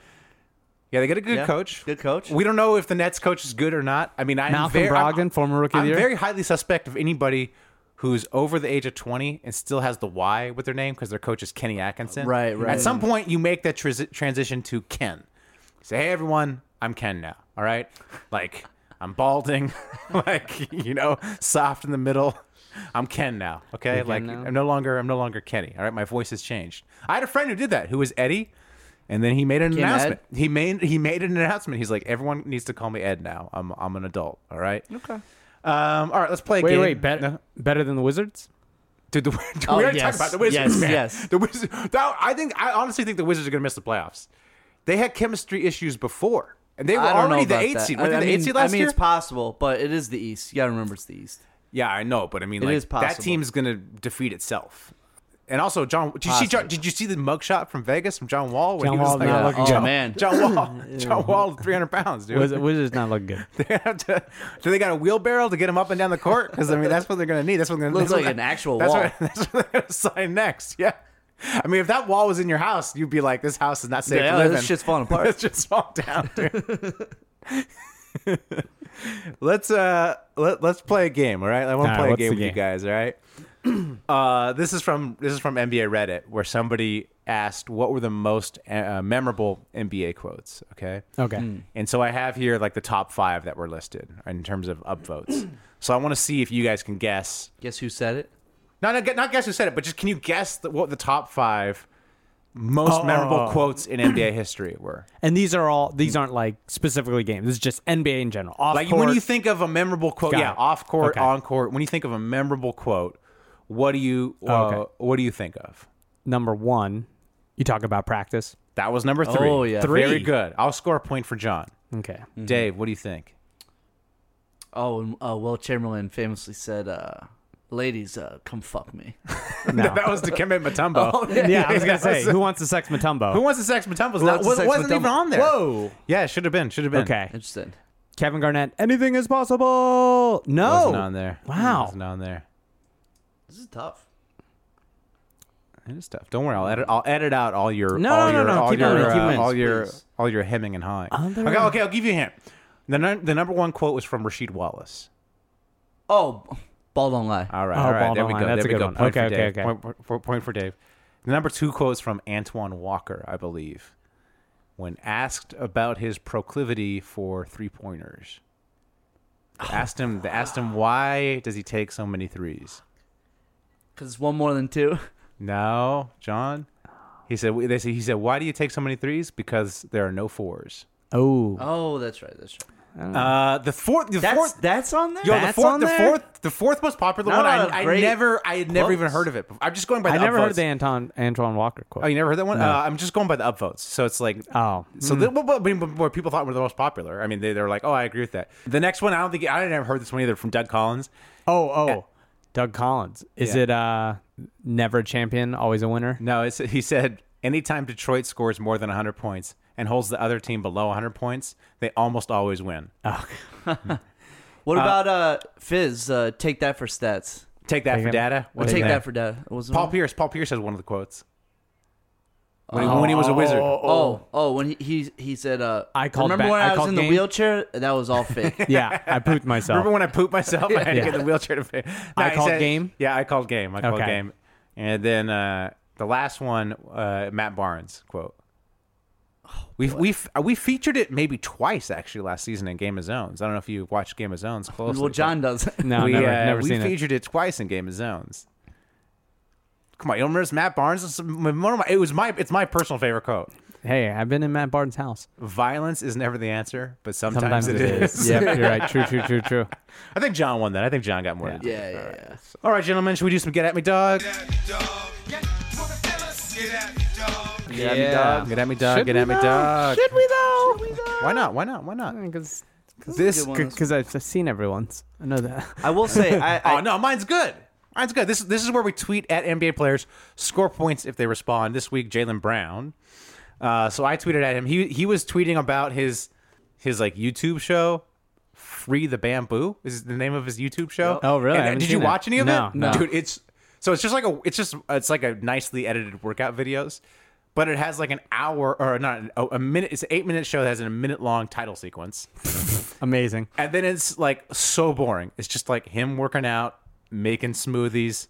yeah, they get a good Yeah. coach. Good coach. We don't know if the Nets coach is good or not. I mean, I'm Malcolm very, I'm- Brogdon, former Rookie of I'm the Year. very highly suspect of anybody who's over the age of 20 and still has the Y with their name because their coach is Kenny Atkinson. Right, right. At some point, you make that tris- transition to Ken. Say, hey, everyone, I'm Ken now. All right, like I'm balding, *laughs* like you know, soft in the middle. I'm Ken now. Okay, like now. I'm no longer I'm no longer Kenny. All right, my voice has changed. I had a friend who did that, who was Eddie. And then he made an Ken announcement. He made he made an announcement. He's like, everyone needs to call me Ed now. I'm I'm an adult. All right. Okay. Um. All right. Let's play. A Wait, game. wait, better No. better than *laughs* the Wizards? Dude, the, we already talked Oh, yes. about the Wizards. Yes, man. yes. The Wizards. That, I think I honestly think the Wizards are going to miss the playoffs. They had chemistry issues before, and they were I don't know already the about eight that. seed. I- Weren't they I the mean, eight seed last I mean, year? it's possible, but it is the East. You gotta remember it's the East. yeah, I know, but I mean, It like is that possible. team's going to defeat itself. And also, John, did you see? Possible. John, did you see the mugshot from Vegas from John Wall? When John he was Wall's like, not looking Oh, good. John, man. John *laughs* Wall, John Wall, three hundred pounds, dude. Wiz- Wizards not look good. They have to, do they got a wheelbarrow to get him up and down the court? Because I mean, that's what they're going to need. That's what they're going Looks to like an actual that's wall. What, *laughs* that's what they're going to sign next. Yeah. I mean, if that wall was in your house, you'd be like, "This house is not safe Yeah, to live this in." *laughs* shit's falling apart. It's just fall down, dude. *laughs* let's uh, let, let's play a game. All right, I want All to right, play a what's game the with you game? guys. All right. *clears throat* uh, this is from this is from NBA Reddit, where somebody asked, "What were the most uh, memorable NBA quotes?" *laughs* Okay. Okay. Mm. And so I have here like the top five that were listed in terms of upvotes. *clears throat* so I want to see if you guys can guess. Guess who said it? No, no, not guess who said it, but just can you guess the, what the top five most Oh, memorable oh, oh. quotes in NBA *clears throat* history were? And these are all these aren't like specifically games. This is just NBA in general. Off Hmm. Like court, when you think of a memorable quote, Got yeah, it. off court, Okay. on court. When you think of a memorable quote, what do you uh, Oh, Okay. what do you think of? number one, you talk about practice. That was number three. Oh, yeah. very Three. Mm-hmm. good. I'll score a point for John. Okay. Dave, what do you think? Oh, and, uh, Will Chamberlain famously said, uh, "Ladies, uh, come fuck me." *laughs* No. *laughs* Oh, that was Dikembe *laughs* Mutombo. *laughs* Yeah, I was gonna say, Oh, Who, who wants a sex Matumbo? wants the sex Mutombo's? wants Not, the was, Sex wasn't even Mutombo? on there. Whoa. Yeah, should have been. Should have been. Okay. Interesting. Kevin Garnett, anything is possible. No. Wasn't Oh. on there. Wow. Wasn't on there. This is tough. It is tough. Don't worry. I'll edit. I'll edit out all your. No, all no, no, your, no, All keep your, it in, keep uh, it in, all your. please. All your hemming and hawing. Other- Okay. Okay. I'll give you a hint. The, nu- the number one quote was from Rasheed Wallace. Oh, Ball don't lie. All right, Oh, all right. ball There don't we go. lie. That's there we a good go. one. Point Okay, for okay, Dave. okay. Point, for- for, point for Dave. The number two quote is from Antoine Walker, I believe, when asked about his proclivity for three pointers. They Oh. asked him. They asked him why does he take so many threes? Because it's one more than two. No, John. He said. They said. He said. Why do you take so many threes? Because there are no fours. Oh, Oh, that's right. That's right. Uh, the fourth. The That's fourth. that's on there. Yo, the Mm. that's fourth, on the there? fourth, the fourth most popular Not one. a I, I great never, I had never even quotes. heard of it. Before. I'm just going by. I the never heard upvotes. of the Anton Antoine Walker quote. Oh, you never heard that one? Uh, I'm just going by the upvotes. So it's like, Oh. so Hmm. the, what, what- what- what people thought were the most popular. I mean, they, they were like, oh, I agree with that. The next one, I don't think I never heard this one either from Doug Collins. Oh, oh. Doug Collins. Is Yeah. it uh never a champion, always *laughs* a winner? No, it's, he said, anytime Detroit scores more than 100 points and holds the other team below 100 points, they almost always win. What about uh Fizz? Uh, take that for stats. Take that for it. data. Or What's take his name? that for data. Was Paul Pierce. Paul Pierce has one of the quotes. When, he, when he was a wizard. Oh, oh, when he he, he said, uh, I called Remember back- when I I, was called in the game? wheelchair? That was *laughs* all fake. Yeah, I pooped myself. Remember when I pooped *laughs* myself? I had Yeah. to get the wheelchair to pay. I he called game? Yeah, I called game. I called Okay. game. And then uh, the last one, uh, Matt Barnes quote. We've, we've uh, we featured it maybe twice actually last season in Game of Zones. I don't know if you watched Game of Zones closely. well, John does. *laughs* no, we, never, uh, never we seen it. featured it. twice in Game of Zones. Come on, you don't remember this Matt Barnes? It's m- one of my- it was my it's my personal favorite quote. Hey, I've been in Matt Barton's house. Violence is never the answer, but sometimes, Sometimes it is. *laughs* yep, you're right. True, true, true, true. I think John won that. I think John got more. than yeah, yeah, yeah. All right, gentlemen, should we do some Get At Me Dog? Yeah. Get At Me Dog, Get At Me Dog. Should we though? Why not? Why not? Why not? Because This. one. because I've seen everyone's. I know that. *laughs* I will say, *laughs* I, I Oh, no, mine's good. Mine's good. This, this is where we tweet at NBA players, score points if they respond. This week, Jalen Brown. Uh, so I tweeted at him. He he was tweeting about his his like YouTube show, Free the Bamboo is the name of his YouTube show. Oh, really? And, I uh, haven't did you seen that. watch any of No, it? no. dude. It's so it's just like a it's just it's like a nicely edited workout videos, but it has like an hour or not an- a minute. It's an eight minute show that has a minute long title sequence. Amazing. And then it's like so boring. It's just like him working out, making smoothies,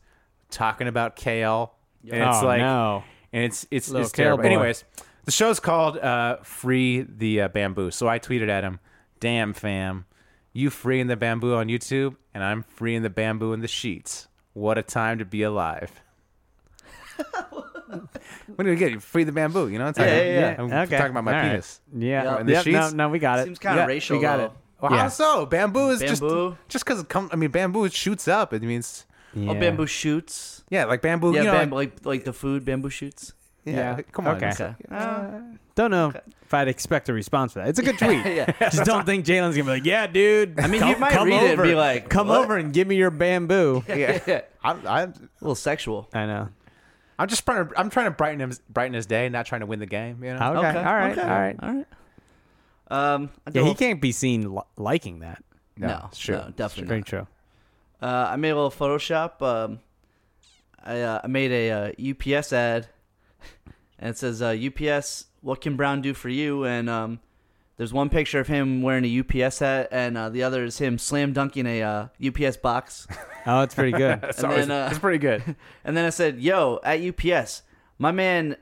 talking about kale. And it's Oh, like no. and it's it's, Little it's terrible. kale boy. Anyways, the show's called uh, Free the uh, Bamboo. So I tweeted at him, "Damn fam, you freeing the bamboo on YouTube and I'm freeing the bamboo in the sheets. What a time to be alive." what do we get? You free the bamboo, you know? It's like, Yeah, yeah, yeah. I'm Okay. talking about my All right. penis. Yeah. In the Yep, no, sheets? no, we got it. seems kind of Yeah, racial. we got though. it. Well, Yeah. how so? Bamboo is Bamboo? just just because it comes. I mean, bamboo it shoots up. It means Oh, Yeah. bamboo shoots. yeah, like bamboo. Yeah, you know, bamboo, like, like like the food, bamboo shoots. yeah, yeah. Come on. Okay. it's- Okay. Uh, Don't know if I'd expect a response for that. It's a good tweet. *laughs* Yeah. Just don't think Jalen's gonna be like, "Yeah, dude." I mean, you might read it and be like, "Come "What?" over and give me your bamboo." *laughs* Yeah. a I'm, I'm little sexual. I know. I'm just trying to I'm trying to brighten his brighten his day, not trying to win the game. You know. Okay. Okay, All right. okay. All right. All right. Um, I did Yeah, a he little- can't be seen li- liking that. No, no, it's true. definitely Very not. true. Uh, I made a little Photoshop. Um, I, uh, I made a uh, UPS ad, and it says uh, UPS. What can Brown do for you? And um, there's one picture of him wearing a UPS hat, and uh, the other is him slam dunking a uh, *laughs* UPS box. Oh, it's pretty good. And then, uh, it's pretty good. *laughs* and then I said, "Yo, at UPS, my man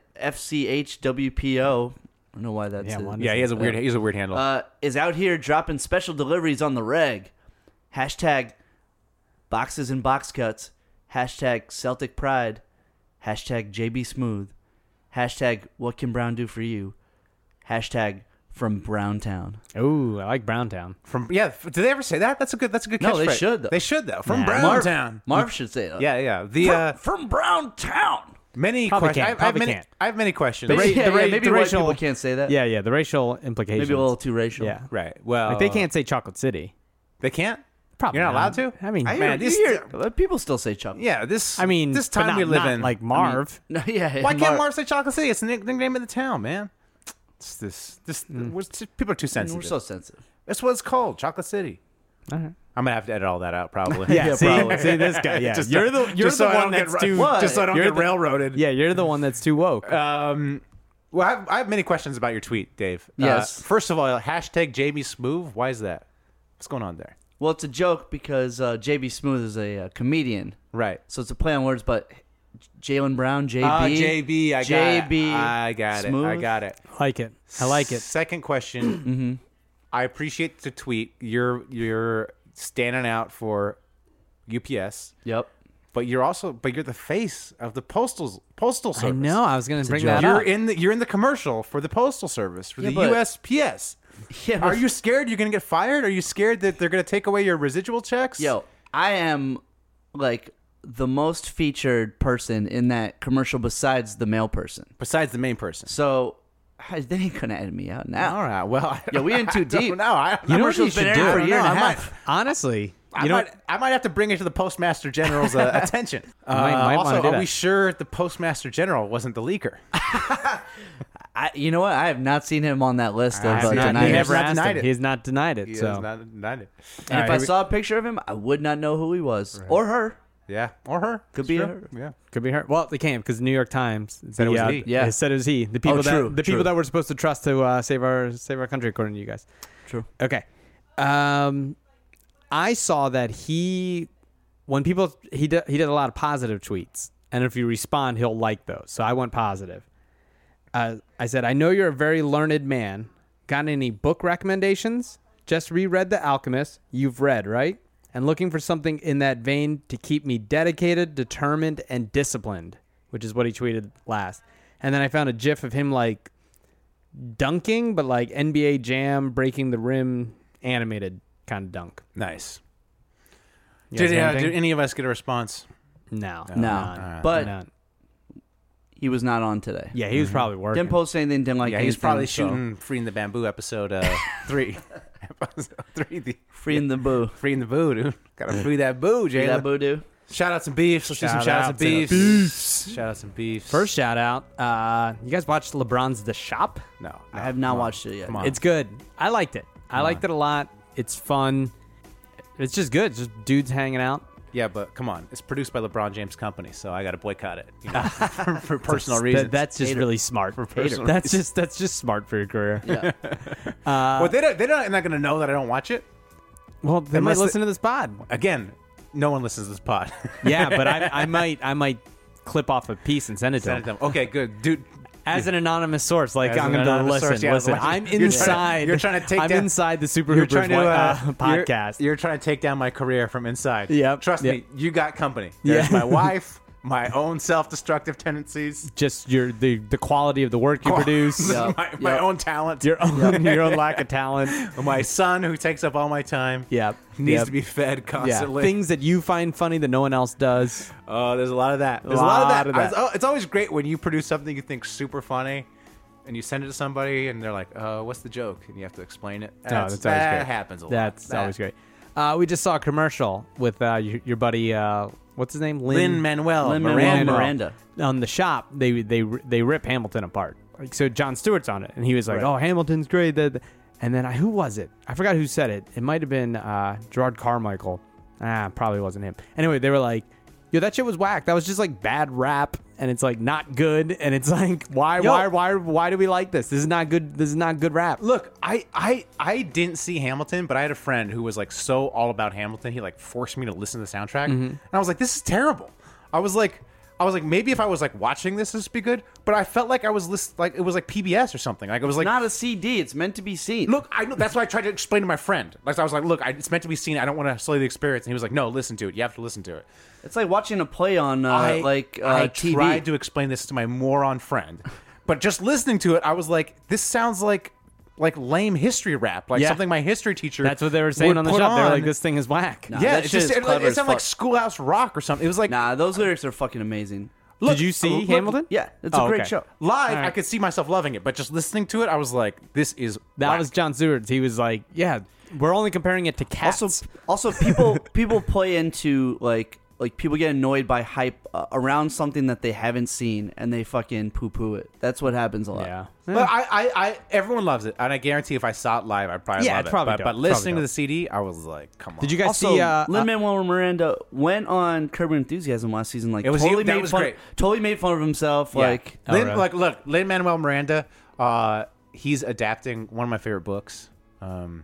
FCHWPO. I don't know why that's Yeah, his- why not? yeah, he has a weird he has a weird handle. uh, is out here dropping special deliveries on the reg. Hashtag boxes and box cuts. Hashtag Celtic pride. Hashtag JB Smooth. Hashtag what can Brown do for you? Hashtag from Browntown. Ooh, I like Browntown. from yeah, f- did they ever say that? That's a good that's a good. No, they catchphrase. should, though. They should though. From Nah. Brown Browntown. Marv should say that. Yeah, yeah. The uh, From Browntown. many Probably questions. can't. I, have- I have Probably many. can't. I have many questions. The ra- yeah, the ra- yeah, maybe the white racial- people can't say that. Yeah, yeah. The racial implications. Maybe a little too racial. Yeah. right. Well, Like they can't say Chocolate City. They can't. Probably You're not not. allowed to. I mean, I man, hear- this. You hear- but people still say Chuck. Yeah, this. I mean, this but time not, we live not in like Marv. *laughs* No, yeah. Why can't Marv- Marv say Chocolate City? It's the nick- nickname of the town, man. It's this, this, Mm. we're- people are too We're sensitive. so sensitive. That's what it's called, Chocolate City. I'm gonna have to edit all that out, probably. *laughs* *laughs* yeah, see, probably. see this guy. Yeah, Just- you're the just you're so the I one don't get that's ra- too. What? just so I don't You're get the- railroaded. Yeah, you're the one that's too woke. Um, well, I have, I have many questions about your tweet, Dave. Uh, Yes. first of all, hashtag Jamie Smoove. Why is that? What's going on there? Well, it's a joke because uh, JB Smooth is a uh, comedian, Right. so it's a play on words. But Jalen Brown, JB, Ah, JB, I got JB it. I got Smooth. it. I got it. like it. I *laughs* like it. Second *clears throat* question. Mm-hmm. I appreciate the tweet. You're you're standing out for UPS, *laughs* Yep. but you're also but you're the face of the postal postal service. I know. I was going to bring You're that up. in the you're in the commercial for the postal service for Yeah, the but- USPS. Yeah, Are but- you scared you're gonna get fired? Are you scared that they're gonna take away your residual checks? Yo, I am like the most featured person in that commercial besides the male person. Besides the main person. So I- they ain't gonna edit me out now. All right. Well, *laughs* I Yeah, we in too deep. No, I, you know what commercial's you been should do? airing for a I don't year know, and a I might- half. honestly, I you know, might, I might have to bring it to the Postmaster General's uh, attention. Uh, might- might wanna also, do are that. we sure the Postmaster General wasn't the leaker? I, you know what? I have not seen him on that list of I have uh, not- he deniers. never Not asked denied him. it. He's not denied it. He so has not denied it. And if All I right, saw a picture of him, I would not know who he was or her. yeah, or her Could It's be true. her. Yeah, could be her. Well, they can't because New York Times Said it the, was uh, he. Yeah. it said it was he. The people Oh, true, that the true. people that we're supposed to trust to uh, save our save our country, according to you guys. True. Okay. Um, I saw that he, when people he did, he did a lot of positive tweets, and if you respond, he'll like those. So I went positive. Uh, I said, I know you're a very learned man. Got any book recommendations? Just reread The Alchemist. You've read, right? And looking for something in that vein to keep me dedicated, determined, and disciplined, which is what he tweeted last. And then I found a gif of him like dunking, but like NBA Jam breaking the rim animated kind of dunk. nice. You guys Did, have uh, did anything? any of us get a response? no, No. none, But- none. He was not on today. yeah, he was probably working. Didn't post anything. Didn't like. Yeah, he's anything, probably so- shooting "Free in the Bamboo" episode uh, three. episode three, the, free in the boo. free in the boo, dude. Gotta free that boo, Free that Jalen. boo do. Shout out some beefs. Let's do some shout outs and beefs. Shout out some beefs. First shout out, uh, you guys watched LeBron's The Shop? no, I have not watched it yet. Come on. It's good. I liked it. I liked it a lot. It's fun. It's just good. It's just dudes hanging out. Yeah, but come on, it's produced by LeBron James Company, so I got to boycott it *laughs* you know, *laughs* for, for personal Th- reasons. that's just really smart. personal That's just that's just smart for *laughs* your career. well, they don't, they're not, not going to know that I don't watch it. Well, they Unless might they- listen to *laughs* this pod. Again, no one listens to this pod. *laughs* yeah, but I, I might I might clip off a piece and send it to Send it them to them. okay, good, dude. as an anonymous source. Like As I'm an going to anonymous listen. source, yeah, listen, like- I'm you're trying to- inside. you're trying to take I'm down- inside the Super You're Hoopers trying to wi- *laughs* uh, uh, you're- podcast. You're, trying to take down my career from inside. Yep. Trust me, Yep. you got company. There's *laughs* Yeah. my wife, my own self-destructive tendencies, *laughs* just your the the quality of the work you produce. my, my Yep. own talent, *laughs* Your own, your own lack of talent. my son who takes up all my time. Yeah. needs Yep. to be fed Yeah. constantly. Things that you find funny that no one else does. Oh, there's a lot of that. There's a lot of that. I was- oh, it's always great when you produce something you think super funny, and you send it to somebody, and they're like, "Uh, what's the joke?" And you have to explain it. That's- that's always that great. happens a lot. That's That- always great. Uh, we just saw a commercial with uh, your, your buddy. Uh, what's his name? Lin Manuel Lin-Manuel Miranda. Miranda. on the shop, they they they rip Hamilton apart. Like, so John Stewart's on it, and he was like, "Oh, Hamilton's great." the- the-" And then I, who was it? I forgot who said it. It might have been uh, Gerard Carmichael. Ah, probably wasn't him. Anyway, they were like, "Yo, that shit was whack. That was just like bad rap, and it's like not good. And it's *laughs* like, why, Yo. why, why, why do we like this? This is not good. This is not good rap." Look, I, I I didn't see Hamilton, but I had a friend who was like so all about Hamilton. He like forced me to listen to the soundtrack, and I was like, "This is terrible." I was like, I was like, maybe if I was like watching this, this would be good. But I felt like I was list- like it was like PBS or something. Like it was like Not a CD. It's meant to be seen. look, I know that's what I tried to explain to my friend. Like I was like, look, I, it's meant to be seen. I don't want to slow the experience. And he was like, no, listen to it. You have to listen to it. It's like watching a play on uh, I like uh, I TV. tried to explain this to my moron friend, but just listening to it, I was like, this sounds like like lame history rap, like Yeah. something my history teacher. That's what they were saying would on the put shop. They were on. like, "This thing is whack." Nah, yeah, that it shit just is it, clever it as sounded like fuck. Schoolhouse Rock or something. It was like Nah, those lyrics are fucking amazing. Did you see Look, Hamilton? Yeah, it's a Oh, great okay. show. live. All right. I could see myself loving it, but just listening to it, I was like, this is That whack. was John Stewart. He was like, "Yeah, we're only comparing it to cats." Also, *laughs* also people people play into like like people get annoyed by hype uh, around something that they haven't seen and they fucking poo poo it. That's what happens a lot. yeah. But I, I, I, everyone loves it, and I guarantee if I saw it live, I'd probably Yeah, love it. it's probably but, dope. but It's probably listening to dope. the CD, I was like, come on. Did you guys Also, see? Uh, Lin Manuel Miranda went on Curb Your Enthusiasm last season. Like, It was- totally that made was fun. great. Totally made fun of himself. Like, Oh, Lin, really? like look, Lin Manuel Miranda, uh, he's adapting one of my favorite books. Um,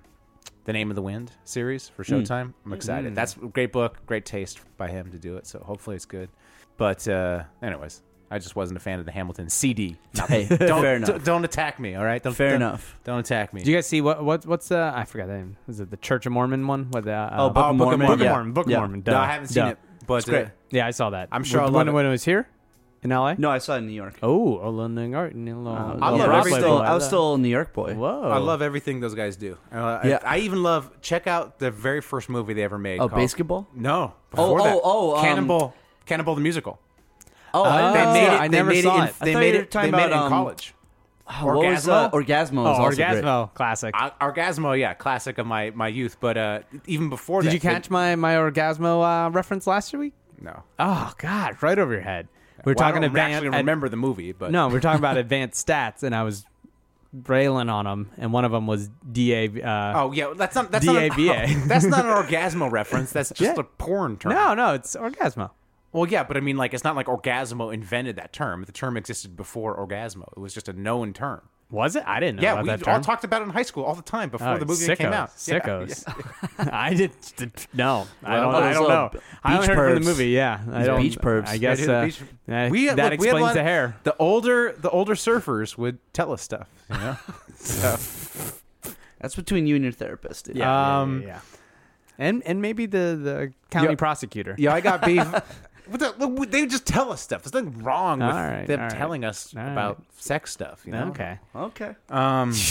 The Name of the Wind series for Showtime. I'm excited. That's a great book, great taste by him to do it. So hopefully it's good. But uh, anyways, I just wasn't a fan of the Hamilton CD. Not the- *laughs* Hey, don't, fair d- enough. Don't attack me. All right. Don't, Fair don't- enough. Don't attack me. Do you guys see what what what's uh I forgot the name. Is it the Church of Mormon one? What the, uh, Oh, Book of Book Mormon, Book of yeah. Mormon. Book of Yeah. Mormon. no, duh, I haven't seen duh. it, but It's great. uh, Yeah, I saw that. I'm sure a when, lot when, of- when it was here in L.A. No, I saw it in New York. Oh, oh, London Garden. I I, love was everything. still, I was still a New York boy. Oh, Whoa. I love everything those guys do. Uh, Yeah. I, I even love check out the very first movie they ever made. Oh, called- basketball? No. Oh, Before that. oh, oh, um, Cannibal, Cannibal the musical. Oh, I Oh, didn't They know made that. it. I they never made saw it. In, it. They I thought made you were it. They talking made it about, in um, college. What was uh, Orgasmo? Oh, is also great. Orgasmo, classic. I, Orgasmo, yeah, classic of my, my youth. But uh, even before Did that, you catch my my Orgasmo uh, reference last week? They, no. Oh God, right over your head. We Well, were talking I don't advanced. actually remember the movie, but No, we were talking about advanced stats, and I was railing on them, and one of them was DA. Uh, Oh yeah, that's not that's Not DAVA. an, *laughs* that's not an orgasmo reference. That's just Yeah. a porn term. no, no, it's Orgasmo. Well, yeah, but I mean, like, it's not like orgasmo invented that term. The term existed before orgasmo. It was just a known term. Was it? I didn't know yeah, about we all that term. talked about it in high school all the time before Oh, the movie sickos, came out. Yeah, *laughs* Sickos. I did, did no. I Well, don't. I those don't know. little I only beach heard from pervs. the movie. Yeah, I These don't. beach pervs. I They guess do the uh, beach- that- We that look, we explains lot- the hair. The older the older surfers would tell us stuff. You know? That's between you and your therapist. Dude. Yeah, yeah, Um, yeah, yeah. And and maybe the the county Yeah. prosecutor. yeah, I got *laughs* beef. What the- what- they just tell us stuff. There's nothing wrong with All right, them all right, telling us all right. about sex stuff. You know? *laughs* Okay. Oh, Okay. Um, *laughs*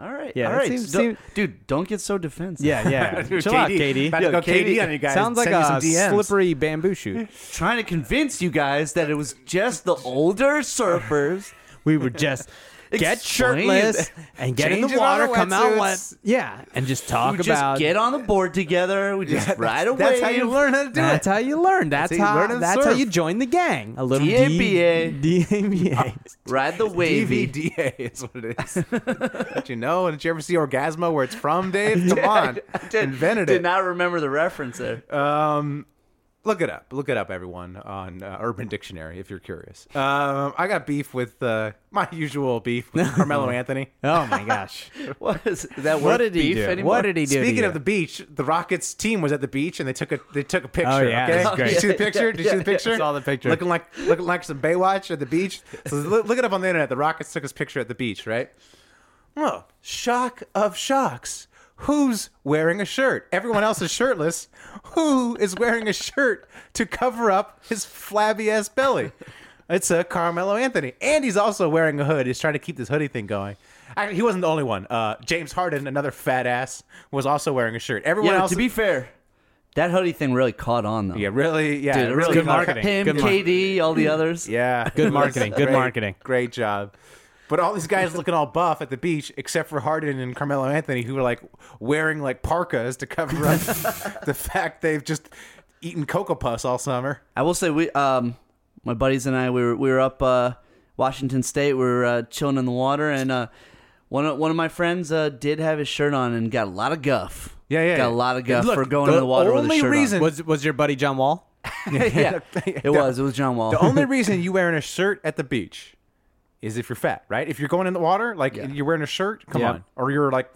All right. Yeah, All that right. seems- So- seem- dude, don't get so defensive. Yeah, yeah. Chill out, Katie. About to go KD on you guys. Sounds like Send me some a DMs. slippery bamboo shoot. *laughs* Trying to convince you guys that it was just the older *laughs* surfers. We *laughs* would just get Explain shirtless it. and get in Change the it on water, the come out wetsuits. wet. Yeah, and just talk We about just get on the board together. *laughs* We just ride away. that's how you learn how to do it. That's how you learn. That's, how you how. learn how to that's how surf. you join the gang. A little DABA. D- DABA. Ride the wavy. DVDA *laughs* is what it is. *laughs* Don't you know? And did you ever see Orgasmo where it's from, Dave? Come on. Did- Invented did it. not remember the reference *laughs* there. Uh, Um, look it up. Look it up, everyone, on uh, Urban Dictionary if you're curious. Um, I got beef with uh, my usual beef with *laughs* Carmelo Anthony. Oh my *laughs* gosh! *laughs* *laughs* what is is that? worth what did he beef do? Anymore? What did he do? to Speaking you? of the beach, the Rockets team was at the beach and they took a they took a picture. Oh, yeah, okay, that's great. did you see the picture? Did you *laughs* see the picture? saw the picture. Looking like looking like some Baywatch at the beach. So look, look it up on the internet. The Rockets took this picture at the beach, right? Well, shock of shocks. Who's wearing a shirt? Everyone else is shirtless. Who is wearing a shirt to cover up his flabby ass belly? *laughs* It's a Carmelo Anthony, and he's also wearing a hood. He's trying to keep this hoodie thing going. Actually, he wasn't the only one. Uh, James Harden, another fat ass, was also wearing a shirt. Everyone Yeah, else, to be fair, that hoodie thing really caught on though. yeah, really, yeah, Dude, it really good caught- marketing. Him, Good mar- KD, all the others. *laughs* Yeah. Good marketing, good Great- marketing. Great job. But all these guys looking all buff at the beach, except for Harden and Carmelo Anthony, who were like wearing like parkas to cover *laughs* up the fact they've just eaten cocoa puffs all summer. I will say we um my buddies and I we were we were up uh Washington State, we were uh, chilling in the water and uh one of, one of my friends uh, did have his shirt on and got a lot of guff. Yeah, yeah, yeah. Got a lot of guff And look, for going the in the water with only his shirt reason- was was your buddy John *laughs* Wall? *laughs* on. *laughs* yeah, it was. It was John Wall. The *laughs* only reason you wearing a shirt at the beach is if you're fat, right? If you're going in the water, like Yeah. you're wearing a shirt, come Yeah. on. Or you're like,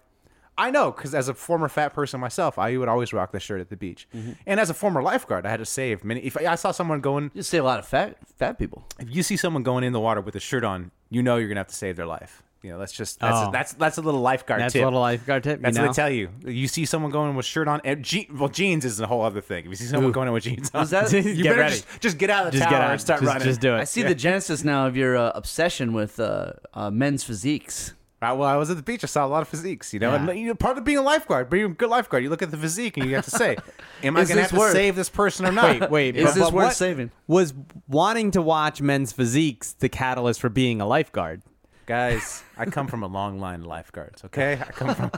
I know, because as a former fat person myself, I would always rock the shirt at the beach. And as a former lifeguard, I had to save many. If I saw someone going you see a lot of fat fat people. if you see someone going in the water with a shirt on, you know you're gonna have to save their life. You know, that's just that's Oh. that's that's a little lifeguard That's tip. a little lifeguard tip. that's you what know? they tell you. You see someone going with shirt on, and je- well, jeans is a whole other thing. If you see someone going in with jeans on, Was *laughs* that- you Get better ready. Just, just get out of the Just tower get out. and start just, running. just do it. I see the genesis now of your uh, obsession with uh, uh, men's physiques. Right, Uh, well, I was at the beach. I saw a lot of physiques. You know, and you know, part of being a lifeguard, being a good lifeguard, you look at the physique and you have to say, *laughs* "Am I Is going to this have to worth- save this person or not?" *laughs* Wait, Is but- this but worth what- saving? Was wanting to watch men's physiques the catalyst for being a lifeguard? guys, I come from a long line of lifeguards. Okay, I come from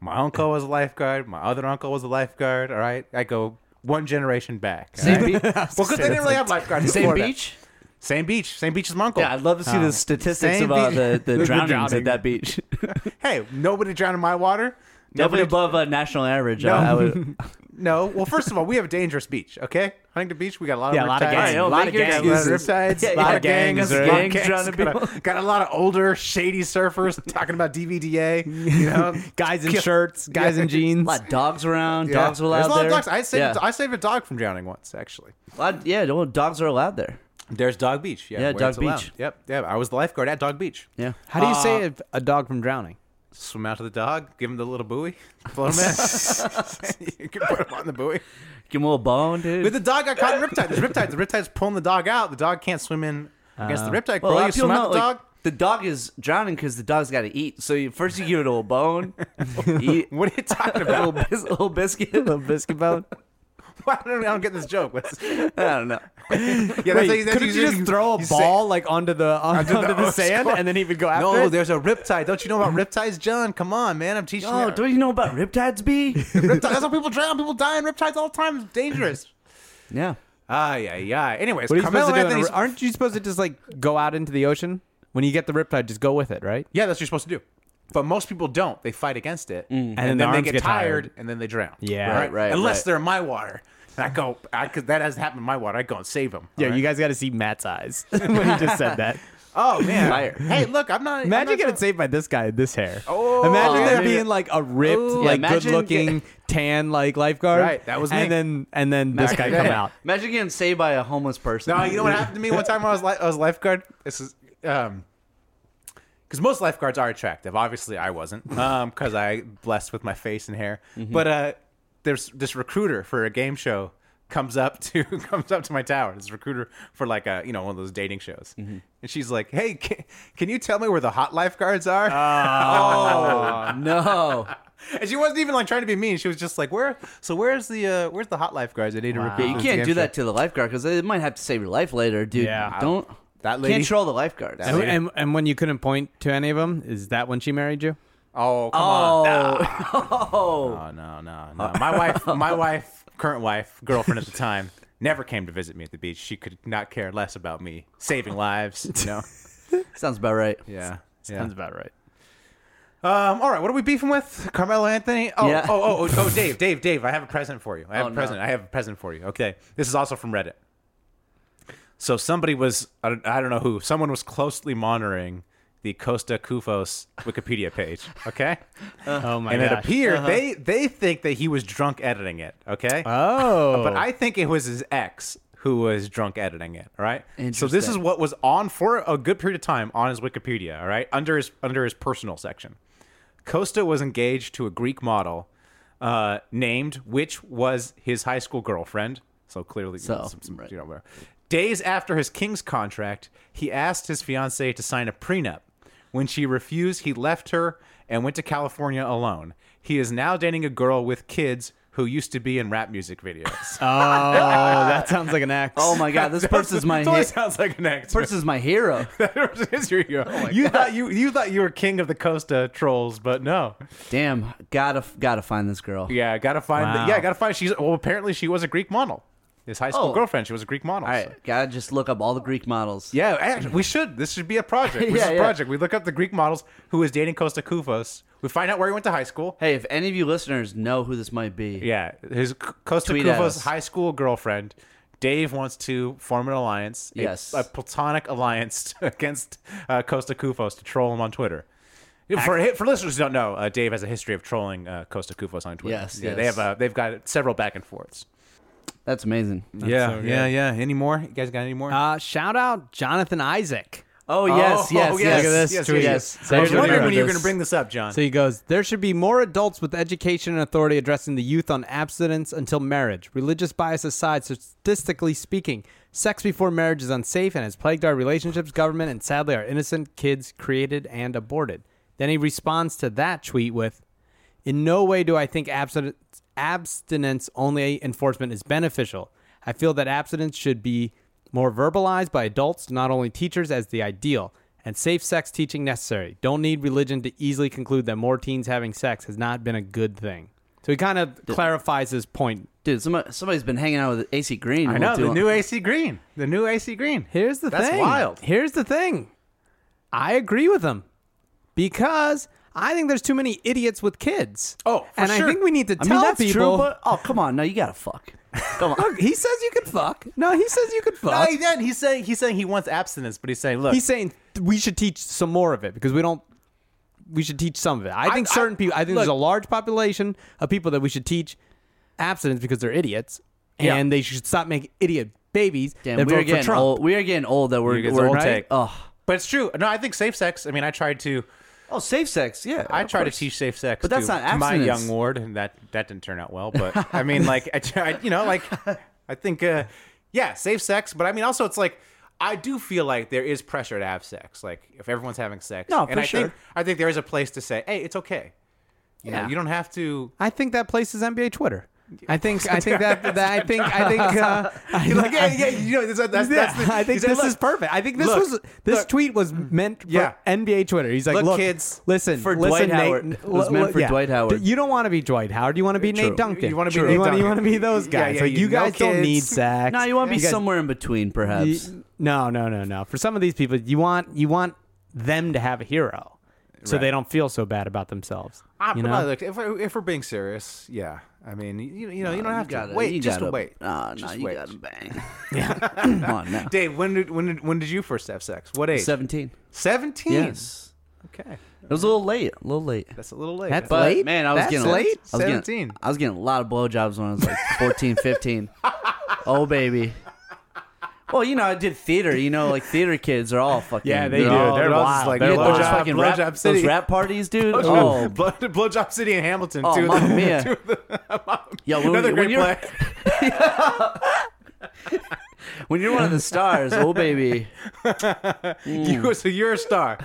my uncle was a lifeguard. My other uncle was a lifeguard. All right, I go one generation back. all Same right? beach. *laughs* Well, because they didn't really have lifeguards. in Same Florida. beach. Same beach. Same beach as my uncle. Um, Yeah, I'd love to see Um, the statistics Same about beach. *laughs* the, *laughs* the The drownings drowning. at that beach. *laughs* hey, nobody drowned in my water. Definitely Nobody. above uh, national *laughs* average. No. I, I would. *laughs* No. Well, first of all, we have a dangerous beach. Okay, Huntington Beach, we got a lot of Yeah, a lot of riptides. gangs. I know, a lot make of your gangs. excuses. A lot of riptides, Yeah, a lot yeah, of gangs, gangs, right? gangs trying to be- got, a, got a lot of older shady surfers talking about DVDA. You *laughs* know, guys in Kill- shirts, guys Yeah. *laughs* in A jeans. lot of dogs around. Yeah. Dogs are allowed There's a lot there. Of dogs. I saved, yeah. I saved a dog from drowning once, actually. A lot- yeah, no, dogs are allowed there. There's Dog Beach. Yeah, where Dog it's allowed. Beach. Yep, yeah. I was the lifeguard at Dog Beach. Yeah. How do you save a dog from drowning? Swim out to the dog, give him the little *laughs* buoy, float him *laughs* in. you can put him on the *laughs* buoy. Give him a little bone, dude. But the dog got caught in riptide. There's riptide. The riptide's pulling the dog out. The dog can't swim in against the riptide. Uh, well, Bro, a lot you of people swim know, out the like, dog. *laughs* the dog is drowning because the dog's got to eat. So you, first you give it a *laughs* little bone, eat What are you talking *laughs* a little, about? Oh, bis- a little biscuit, *laughs* a little biscuit bone. Why don't I don't get this joke? *laughs* Let's, *laughs* yeah, I don't know. that's how Wait, that's couldn't you usually- just throw a you say- ball like *laughs* onto the onto, the- the, oh, sand score. and then he would go after No, it? there's a riptide. Don't you know about riptides, John? Come on, man. I'm teaching Oh, you. don't you know about riptides, *laughs* B? Riptide- that's how people drown. People die in riptides all the time. It's dangerous. yeah. Ay, ay, ay. Anyways, What are you Carmelo supposed to do? in a- Anthony's- aren't you supposed to just like go out into the ocean when you get the riptide? Just go with it, right? Yeah, that's what you're supposed to do. But most people don't. They fight against it, and, then, then their they arms get, get tired, tired. and then they drown. Yeah. Right, right, Unless right. they're in my water, and I go, I could, that hasn't happened in my water. I go and save them. Yeah, you guys got to see Matt's *laughs* eyes when he just said *laughs* that. Oh man. Fire. Hey, look, I'm not. Imagine I'm not getting saved by this guy, this hair. Oh, imagine there maybe- being like a ripped, Ooh, like imagine good-looking, *laughs* tan, like lifeguard. Right, that was me. And then and then this *laughs* guy come out. Imagine getting saved by a homeless person. No, you know what happened to me one time when I was li- I was lifeguard. This is um, because most lifeguards are attractive. Obviously, I wasn't *laughs* um because I blessed with my face and hair. Mm-hmm. But uh, there's this recruiter for a game show comes up *laughs* to comes up to my tower. This recruiter for like a you know one of those dating shows, Mm-hmm. and she's like, "Hey, can, can you tell me where the hot lifeguards are?" Ah. *laughs* no. *laughs* and she wasn't even like trying to be mean. She was just like, "Where? So where's the uh, where's the hot lifeguards?" I need to recruit. Yeah, you for this can't game do show." that to the lifeguard because they might have to save your life later, dude. Yeah. Don't. That lady- Can't troll the lifeguard. And, and, and when you couldn't point to any of them, is that when she married you? Oh, come on. Oh. Oh no, no, no. Uh, My *laughs* wife, my wife, current wife, girlfriend at the time, never came to visit me at the beach. She could not care less about me saving lives. You *laughs* know. *laughs* Sounds about right. Yeah. Yeah. Sounds about right. Um, all right, what are we beefing with? Carmelo Anthony? Oh, Yeah. oh, oh, oh, oh, Dave, Dave, Dave, I have a present for you. I have Oh, a no. present. I have a present for you. Okay. This is also from Reddit. So somebody was, I don't, I don't know who, someone was closely monitoring the Costa Kufos Wikipedia page. Okay. oh *laughs* my Uh, and it gosh. appeared they, they think that he was drunk editing it. Okay. oh, But I think it was his ex who was drunk editing it. All right. So this is Interesting. what was on for a good period of time on his Wikipedia. All right, under his under his personal section, Costa was engaged to a Greek model uh, named, which was his high school girlfriend. So clearly, So, some, some, right. you know, where- days after his Kings contract, he asked his fiancee to sign a prenup. When she refused, he left her and went to California alone. He is now dating a girl with kids who used to be in rap music videos. *laughs* oh, *laughs* that sounds like an ex. Oh my God. This person's my. Totally He- sounds like an ex. person's my hero. *laughs* It's your hero. you thought you you thought you were king of the Costa trolls, but no. Damn. Gotta gotta find this girl. Yeah, gotta find. Wow. yeah, gotta find. She's well. Apparently, she was a Greek model. His high school Oh. girlfriend. She was a Greek model. All so- right. Gotta just look up all the Greek models. Yeah, actually, we should. This should be a *laughs* project. This Yeah, is a yeah. project. We look up the Greek models who is dating Costa Kufos. We find out where he went to high school. Hey, if any of you listeners know who this might be, Yeah, his C- Costa Tweet at Kufos us. high school girlfriend. Dave wants to form an alliance, a- Yes. a, platonic alliance *laughs* against uh, Costa Kufos to troll him on Twitter. For for listeners who don't know, uh, Dave has a history of trolling uh, Costa Kufos on Twitter. Yes, yeah, they yes. have uh, they've got several back and forths. that's amazing. yeah, yeah, yeah. Any more? You guys got any more? Uh, shout out Jonathan Isaac. Oh *laughs* yes, yes, oh, yes. Look at this yes, tweet. yes. Yes. I was wondering when you were This- going to bring this up, John. So he goes, There should be more adults with education and authority addressing the youth on abstinence until marriage. Religious bias aside, statistically speaking, sex before marriage is unsafe and has plagued our relationships, government, and sadly our innocent kids created and aborted. Then he responds to that tweet with, In no way do I think abstinence abstinence only enforcement is beneficial. I feel that abstinence should be more verbalized by adults, not only teachers, as the ideal, and safe sex teaching necessary. Don't need religion to easily conclude that more teens having sex has not been a good thing. So he kind of clarifies his point. Dude, somebody, somebody's been hanging out with AC Green. I know the new AC Green, the new AC Green. Here's the That's thing. wild. Here's the thing. I agree with him because I think there's too many idiots with kids. Oh, for and sure. I think we need to I tell mean, that's people. true, but oh, come on, no, you gotta fuck. *laughs* Come on. Look, he says you can fuck. No, he says you can No, fuck. he didn't. He's saying he's saying he wants abstinence, but he's saying, look, He's saying th- we should teach some more of it because we don't. We should teach some of it. I think I- certain people. I think there's a look- large population of people that we should teach abstinence because they're idiots, Yeah. and they should stop making idiot babies Damn, that we are vote for getting Trump. old. We are getting old. That we're You're getting we're old right? take. Oh, but it's true. No, I think safe sex. I mean, I tried to oh, safe sex. Yeah, I of tried to course. teach safe sex, But that's to, not to my abstinence. young ward, and that that didn't turn out well. But I *laughs* mean, like I tried, you know, like I think, uh, yeah, safe sex. But I mean, also it's like I do feel like there is pressure to have sex. Like if everyone's having sex, No, and for I sure. think I think there is a place to say, hey, it's okay. You know, Yeah. you don't have *laughs* to. I think that place is NBA Twitter. I think. *laughs* I think that. that I think. I think. Uh, I, You're like, yeah, I- yeah, you know, that's, that's, Yeah, that's the, I think he's like, this "Look, is perfect. I think this look, was this look." Mm. tweet was meant for Yeah. NBA Twitter. He's like, Look, look, kids, listen, for Dwight listen, Nate- Howard. It was look- meant look- for Dwight Howard. You don't want to be Dwight Howard. You want to be True. Nate Duncan. You wanna be True. Nate you wanna- You Duncan. want to be those Yeah, guys. yeah, like you- you no guys don't kids. need sex. No, you want to be guys- somewhere in between, perhaps. you- no, no, no, no. For some of these people, you want you want them to have a hero, so Right. they don't feel so bad about themselves. Ah, you but know? no, look, if, we're- if we're being serious, yeah. I mean, you, you know, you don't have gotta to wait. You just gotta, wait. Nah, nah, Just you wait. gotta *laughs* bang. Come on now. *laughs* Dave, when did when did when did you first have sex? What age? Seventeen. Seventeen. Yes. Okay. It was a little late. A little late. That's a little late. That's But late? man, I was That's getting late? I was getting- 17. I was getting a lot of blowjobs when I was like *laughs* 14, 15. oh baby. Well, you know, I did theater. You know, like theater kids are all fucking. Yeah, they do. They're all just wild. like They're You get those wild. blowjob, fucking rap, blowjob city. those rap parties, dude. Oh, *laughs* Oh, blow, blowjob city in Hamilton. Oh, too. *laughs* Mamma Mia. Two of the- uh, Yo, when- another when great you're- *laughs* play. when you're one of the stars, oh baby. *laughs* You, so you're a *laughs* star.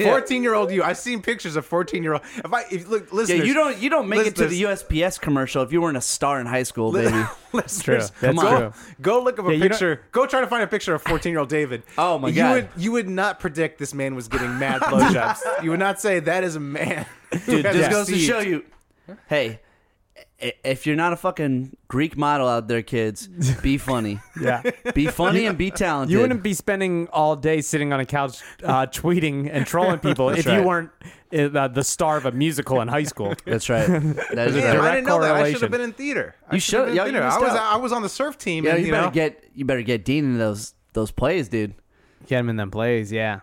Fourteen-year-old you. I've seen pictures of fourteen-year-old. If I if, look, Yeah, listeners, *laughs* you don't you don't make it to listeners- the USPS commercial if you weren't a star in high school, baby. *laughs* Listeners, true. That's go, true. go look up a Yeah, you don't- picture. Go try to find a picture of 14 year old *laughs* David. Oh, my you God. Would, you would not predict this man was getting mad *laughs* blowjobs. you would not say that is a man. *laughs* Dude, this goes to show you. Hey, i- if you're not a fucking Greek model out there, *laughs* kids, be funny. *laughs* yeah. Be funny and be talented. You wouldn't be spending all day sitting on a couch *laughs* uh, tweeting and trolling people if you right. weren't uh, the star of a musical in high *laughs* school. That's right. That is Damn, right. I direct didn't know that. I should correlation. have been in theater. I You should have been should- in yeah, you theater. I missed was out. I was on the surf team. Yeah, and, you, you better know, get you better get Dean in those those plays, dude. Get him in them plays, *laughs* yeah.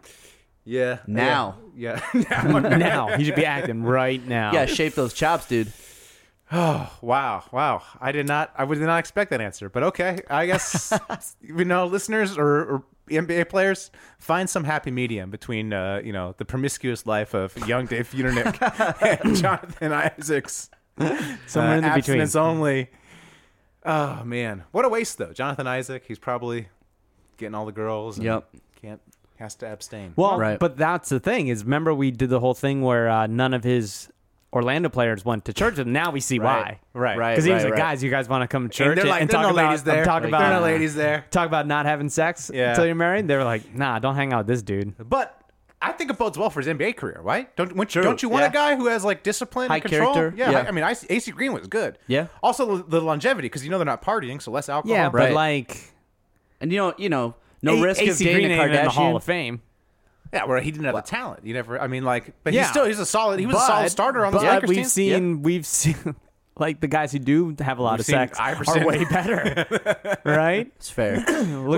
yeah Now. Yeah. *laughs* yeah. Now. Now he should be acting right now. Yeah, shape those chops, dude. Wow, wow. I did not I would not expect that answer, but okay. I *laughs* guess you know, listeners or, or NBA players, find some happy medium between uh, you know, the promiscuous life of young Dave Feudernick *laughs* and Jonathan Isaacs. uh, Somewhere in the between. abstinence only. Oh man. What a waste though. Jonathan Isaac, he's probably getting all the girls and Yep. can't has to abstain. Well, Right. but that's the thing is, remember we did the whole thing where uh, none of his Orlando players went to church, and now we see Right, why. right. Right. Because he was like, right. guys, you guys want to come to church And and, they're like, and there talk are no about, ladies there. and talk Like, about uh, there are no ladies there. *laughs* talk about not having sex Yeah. until you're married. They were like, nah, don't hang out with this dude. But I think it bodes well for his NBA career, right? Don't won't you, don't you want Yeah. a guy who has like discipline, and High control? character. Yeah, Yeah. I, I mean, I, AC Green was good. Yeah. Also, the, the longevity because you know they're not partying, so less alcohol. Yeah, Right. but like, And you know, you know, no A- risk of AC dating Green a ain't Kardashian. in the Hall of Fame. yeah. Where he didn't have the talent. You never. I mean, like, but Yeah. he's still he's a solid. He was but, a solid starter on the but Lakers we've team. seen we've seen *laughs* like the guys who do have a lot We've of seen sex Iverson. are way *laughs* better, right? it's fair. Look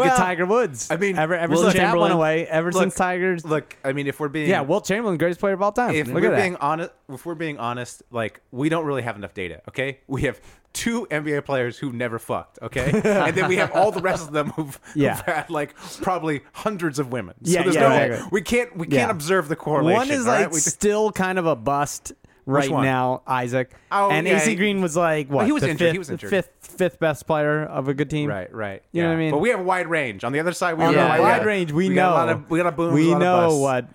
Well, at Tiger Woods. I mean, ever, ever Wilt since that went Chamberlain- away, ever Look, since Tigers, Look, I mean, if we're being yeah, Wilt Chamberlain, greatest player of all time. if Look we're at being that. honest, if we're being honest, like we don't really have enough data. Okay, we have two NBA players who never fucked. *laughs* Okay, and then we have all the rest of them who've, Yeah. who've had like probably hundreds of women. So Yeah, there's yeah, no, exactly. we can't we Yeah. can't observe the correlation. One is all like right? We- still kind of a bust right one? now, Isaac. Oh, and yeah, AC he- Green was like what? he was the injured, he fifth- was the injured. Fifth, fifth best player of a good team. Right, right. You know what I mean? But we have a wide range. On the other side, we have On the a Yeah, wide yeah. range, we, know got a lot of- we got a boom. a we lot of know busts. what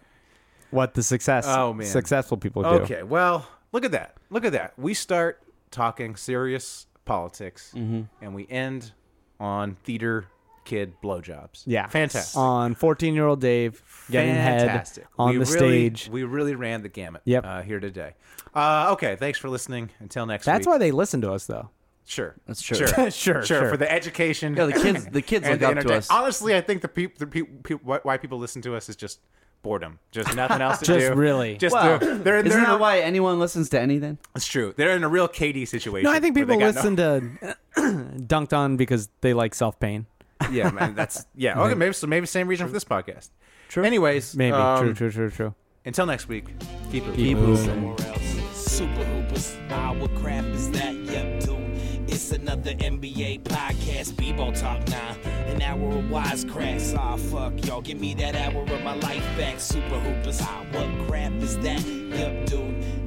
what the success Oh, man. successful people do. Okay, well, look at that. Look at that. We start talking serious politics, Mm-hmm. and we end on theater kid blowjobs. Yeah. fantastic. On 14 year old Dave getting fantastic. head on We the really- stage. We really ran the gamut. Yep. Uh, here today. Uh, okay, thanks for listening. Until next That's week. why they listen to us, though. Sure. That's true. Sure. *laughs* Sure, sure. sure. For the education. *laughs* Yeah, the kids- the kids and look the up to entertain- us. Honestly, I think the people, the peop peop- why why people listen to us is just boredom, just nothing else to *laughs* Just do. really. just Wow. they're, they're, Isn't they're in that a, why anyone listens to anything? it's true. They're in a real Katie situation. No, I think where they people got no- listen to *coughs* dunked on because they like self pain. *laughs* yeah, man, that's yeah. Okay, maybe so. Maybe same reason for this podcast. True. Anyways, Maybe. um, true, true, true, true. Until next week, keep it. Keep moving. Super Hoopers, nah, what crap is that? Yep, dude. It's another NBA podcast, b-ball talk, nah. An hour of wisecracks, ah, fuck, y'all. Give me that hour of my life back, Super Hoopers. Ah, what crap is that? Yep, dude.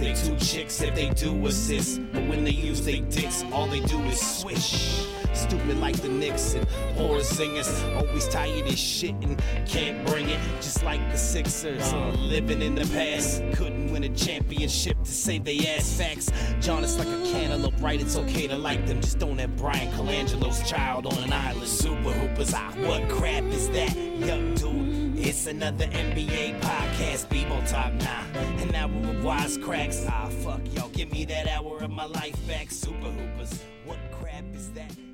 they two chicks if they do assist. But when they use they dicks, all they do is swish. Stupid like the Knicks and horror singers. Always tired as shit and can't bring it. Just like the Sixers. Living in the past. Couldn't win a championship to save they ass facts. John is like a cantaloupe, right? It's okay to like them. Just don't have Brian Colangelo's child on an island. Super Hoopers, ah, what crap is that? Yup, dude. It's another NBA podcast, B-Ball Talk Nah. An hour of wisecracks. Ah, fuck, y'all. Give me that hour of my life back. Super Hoopers, what crap is that?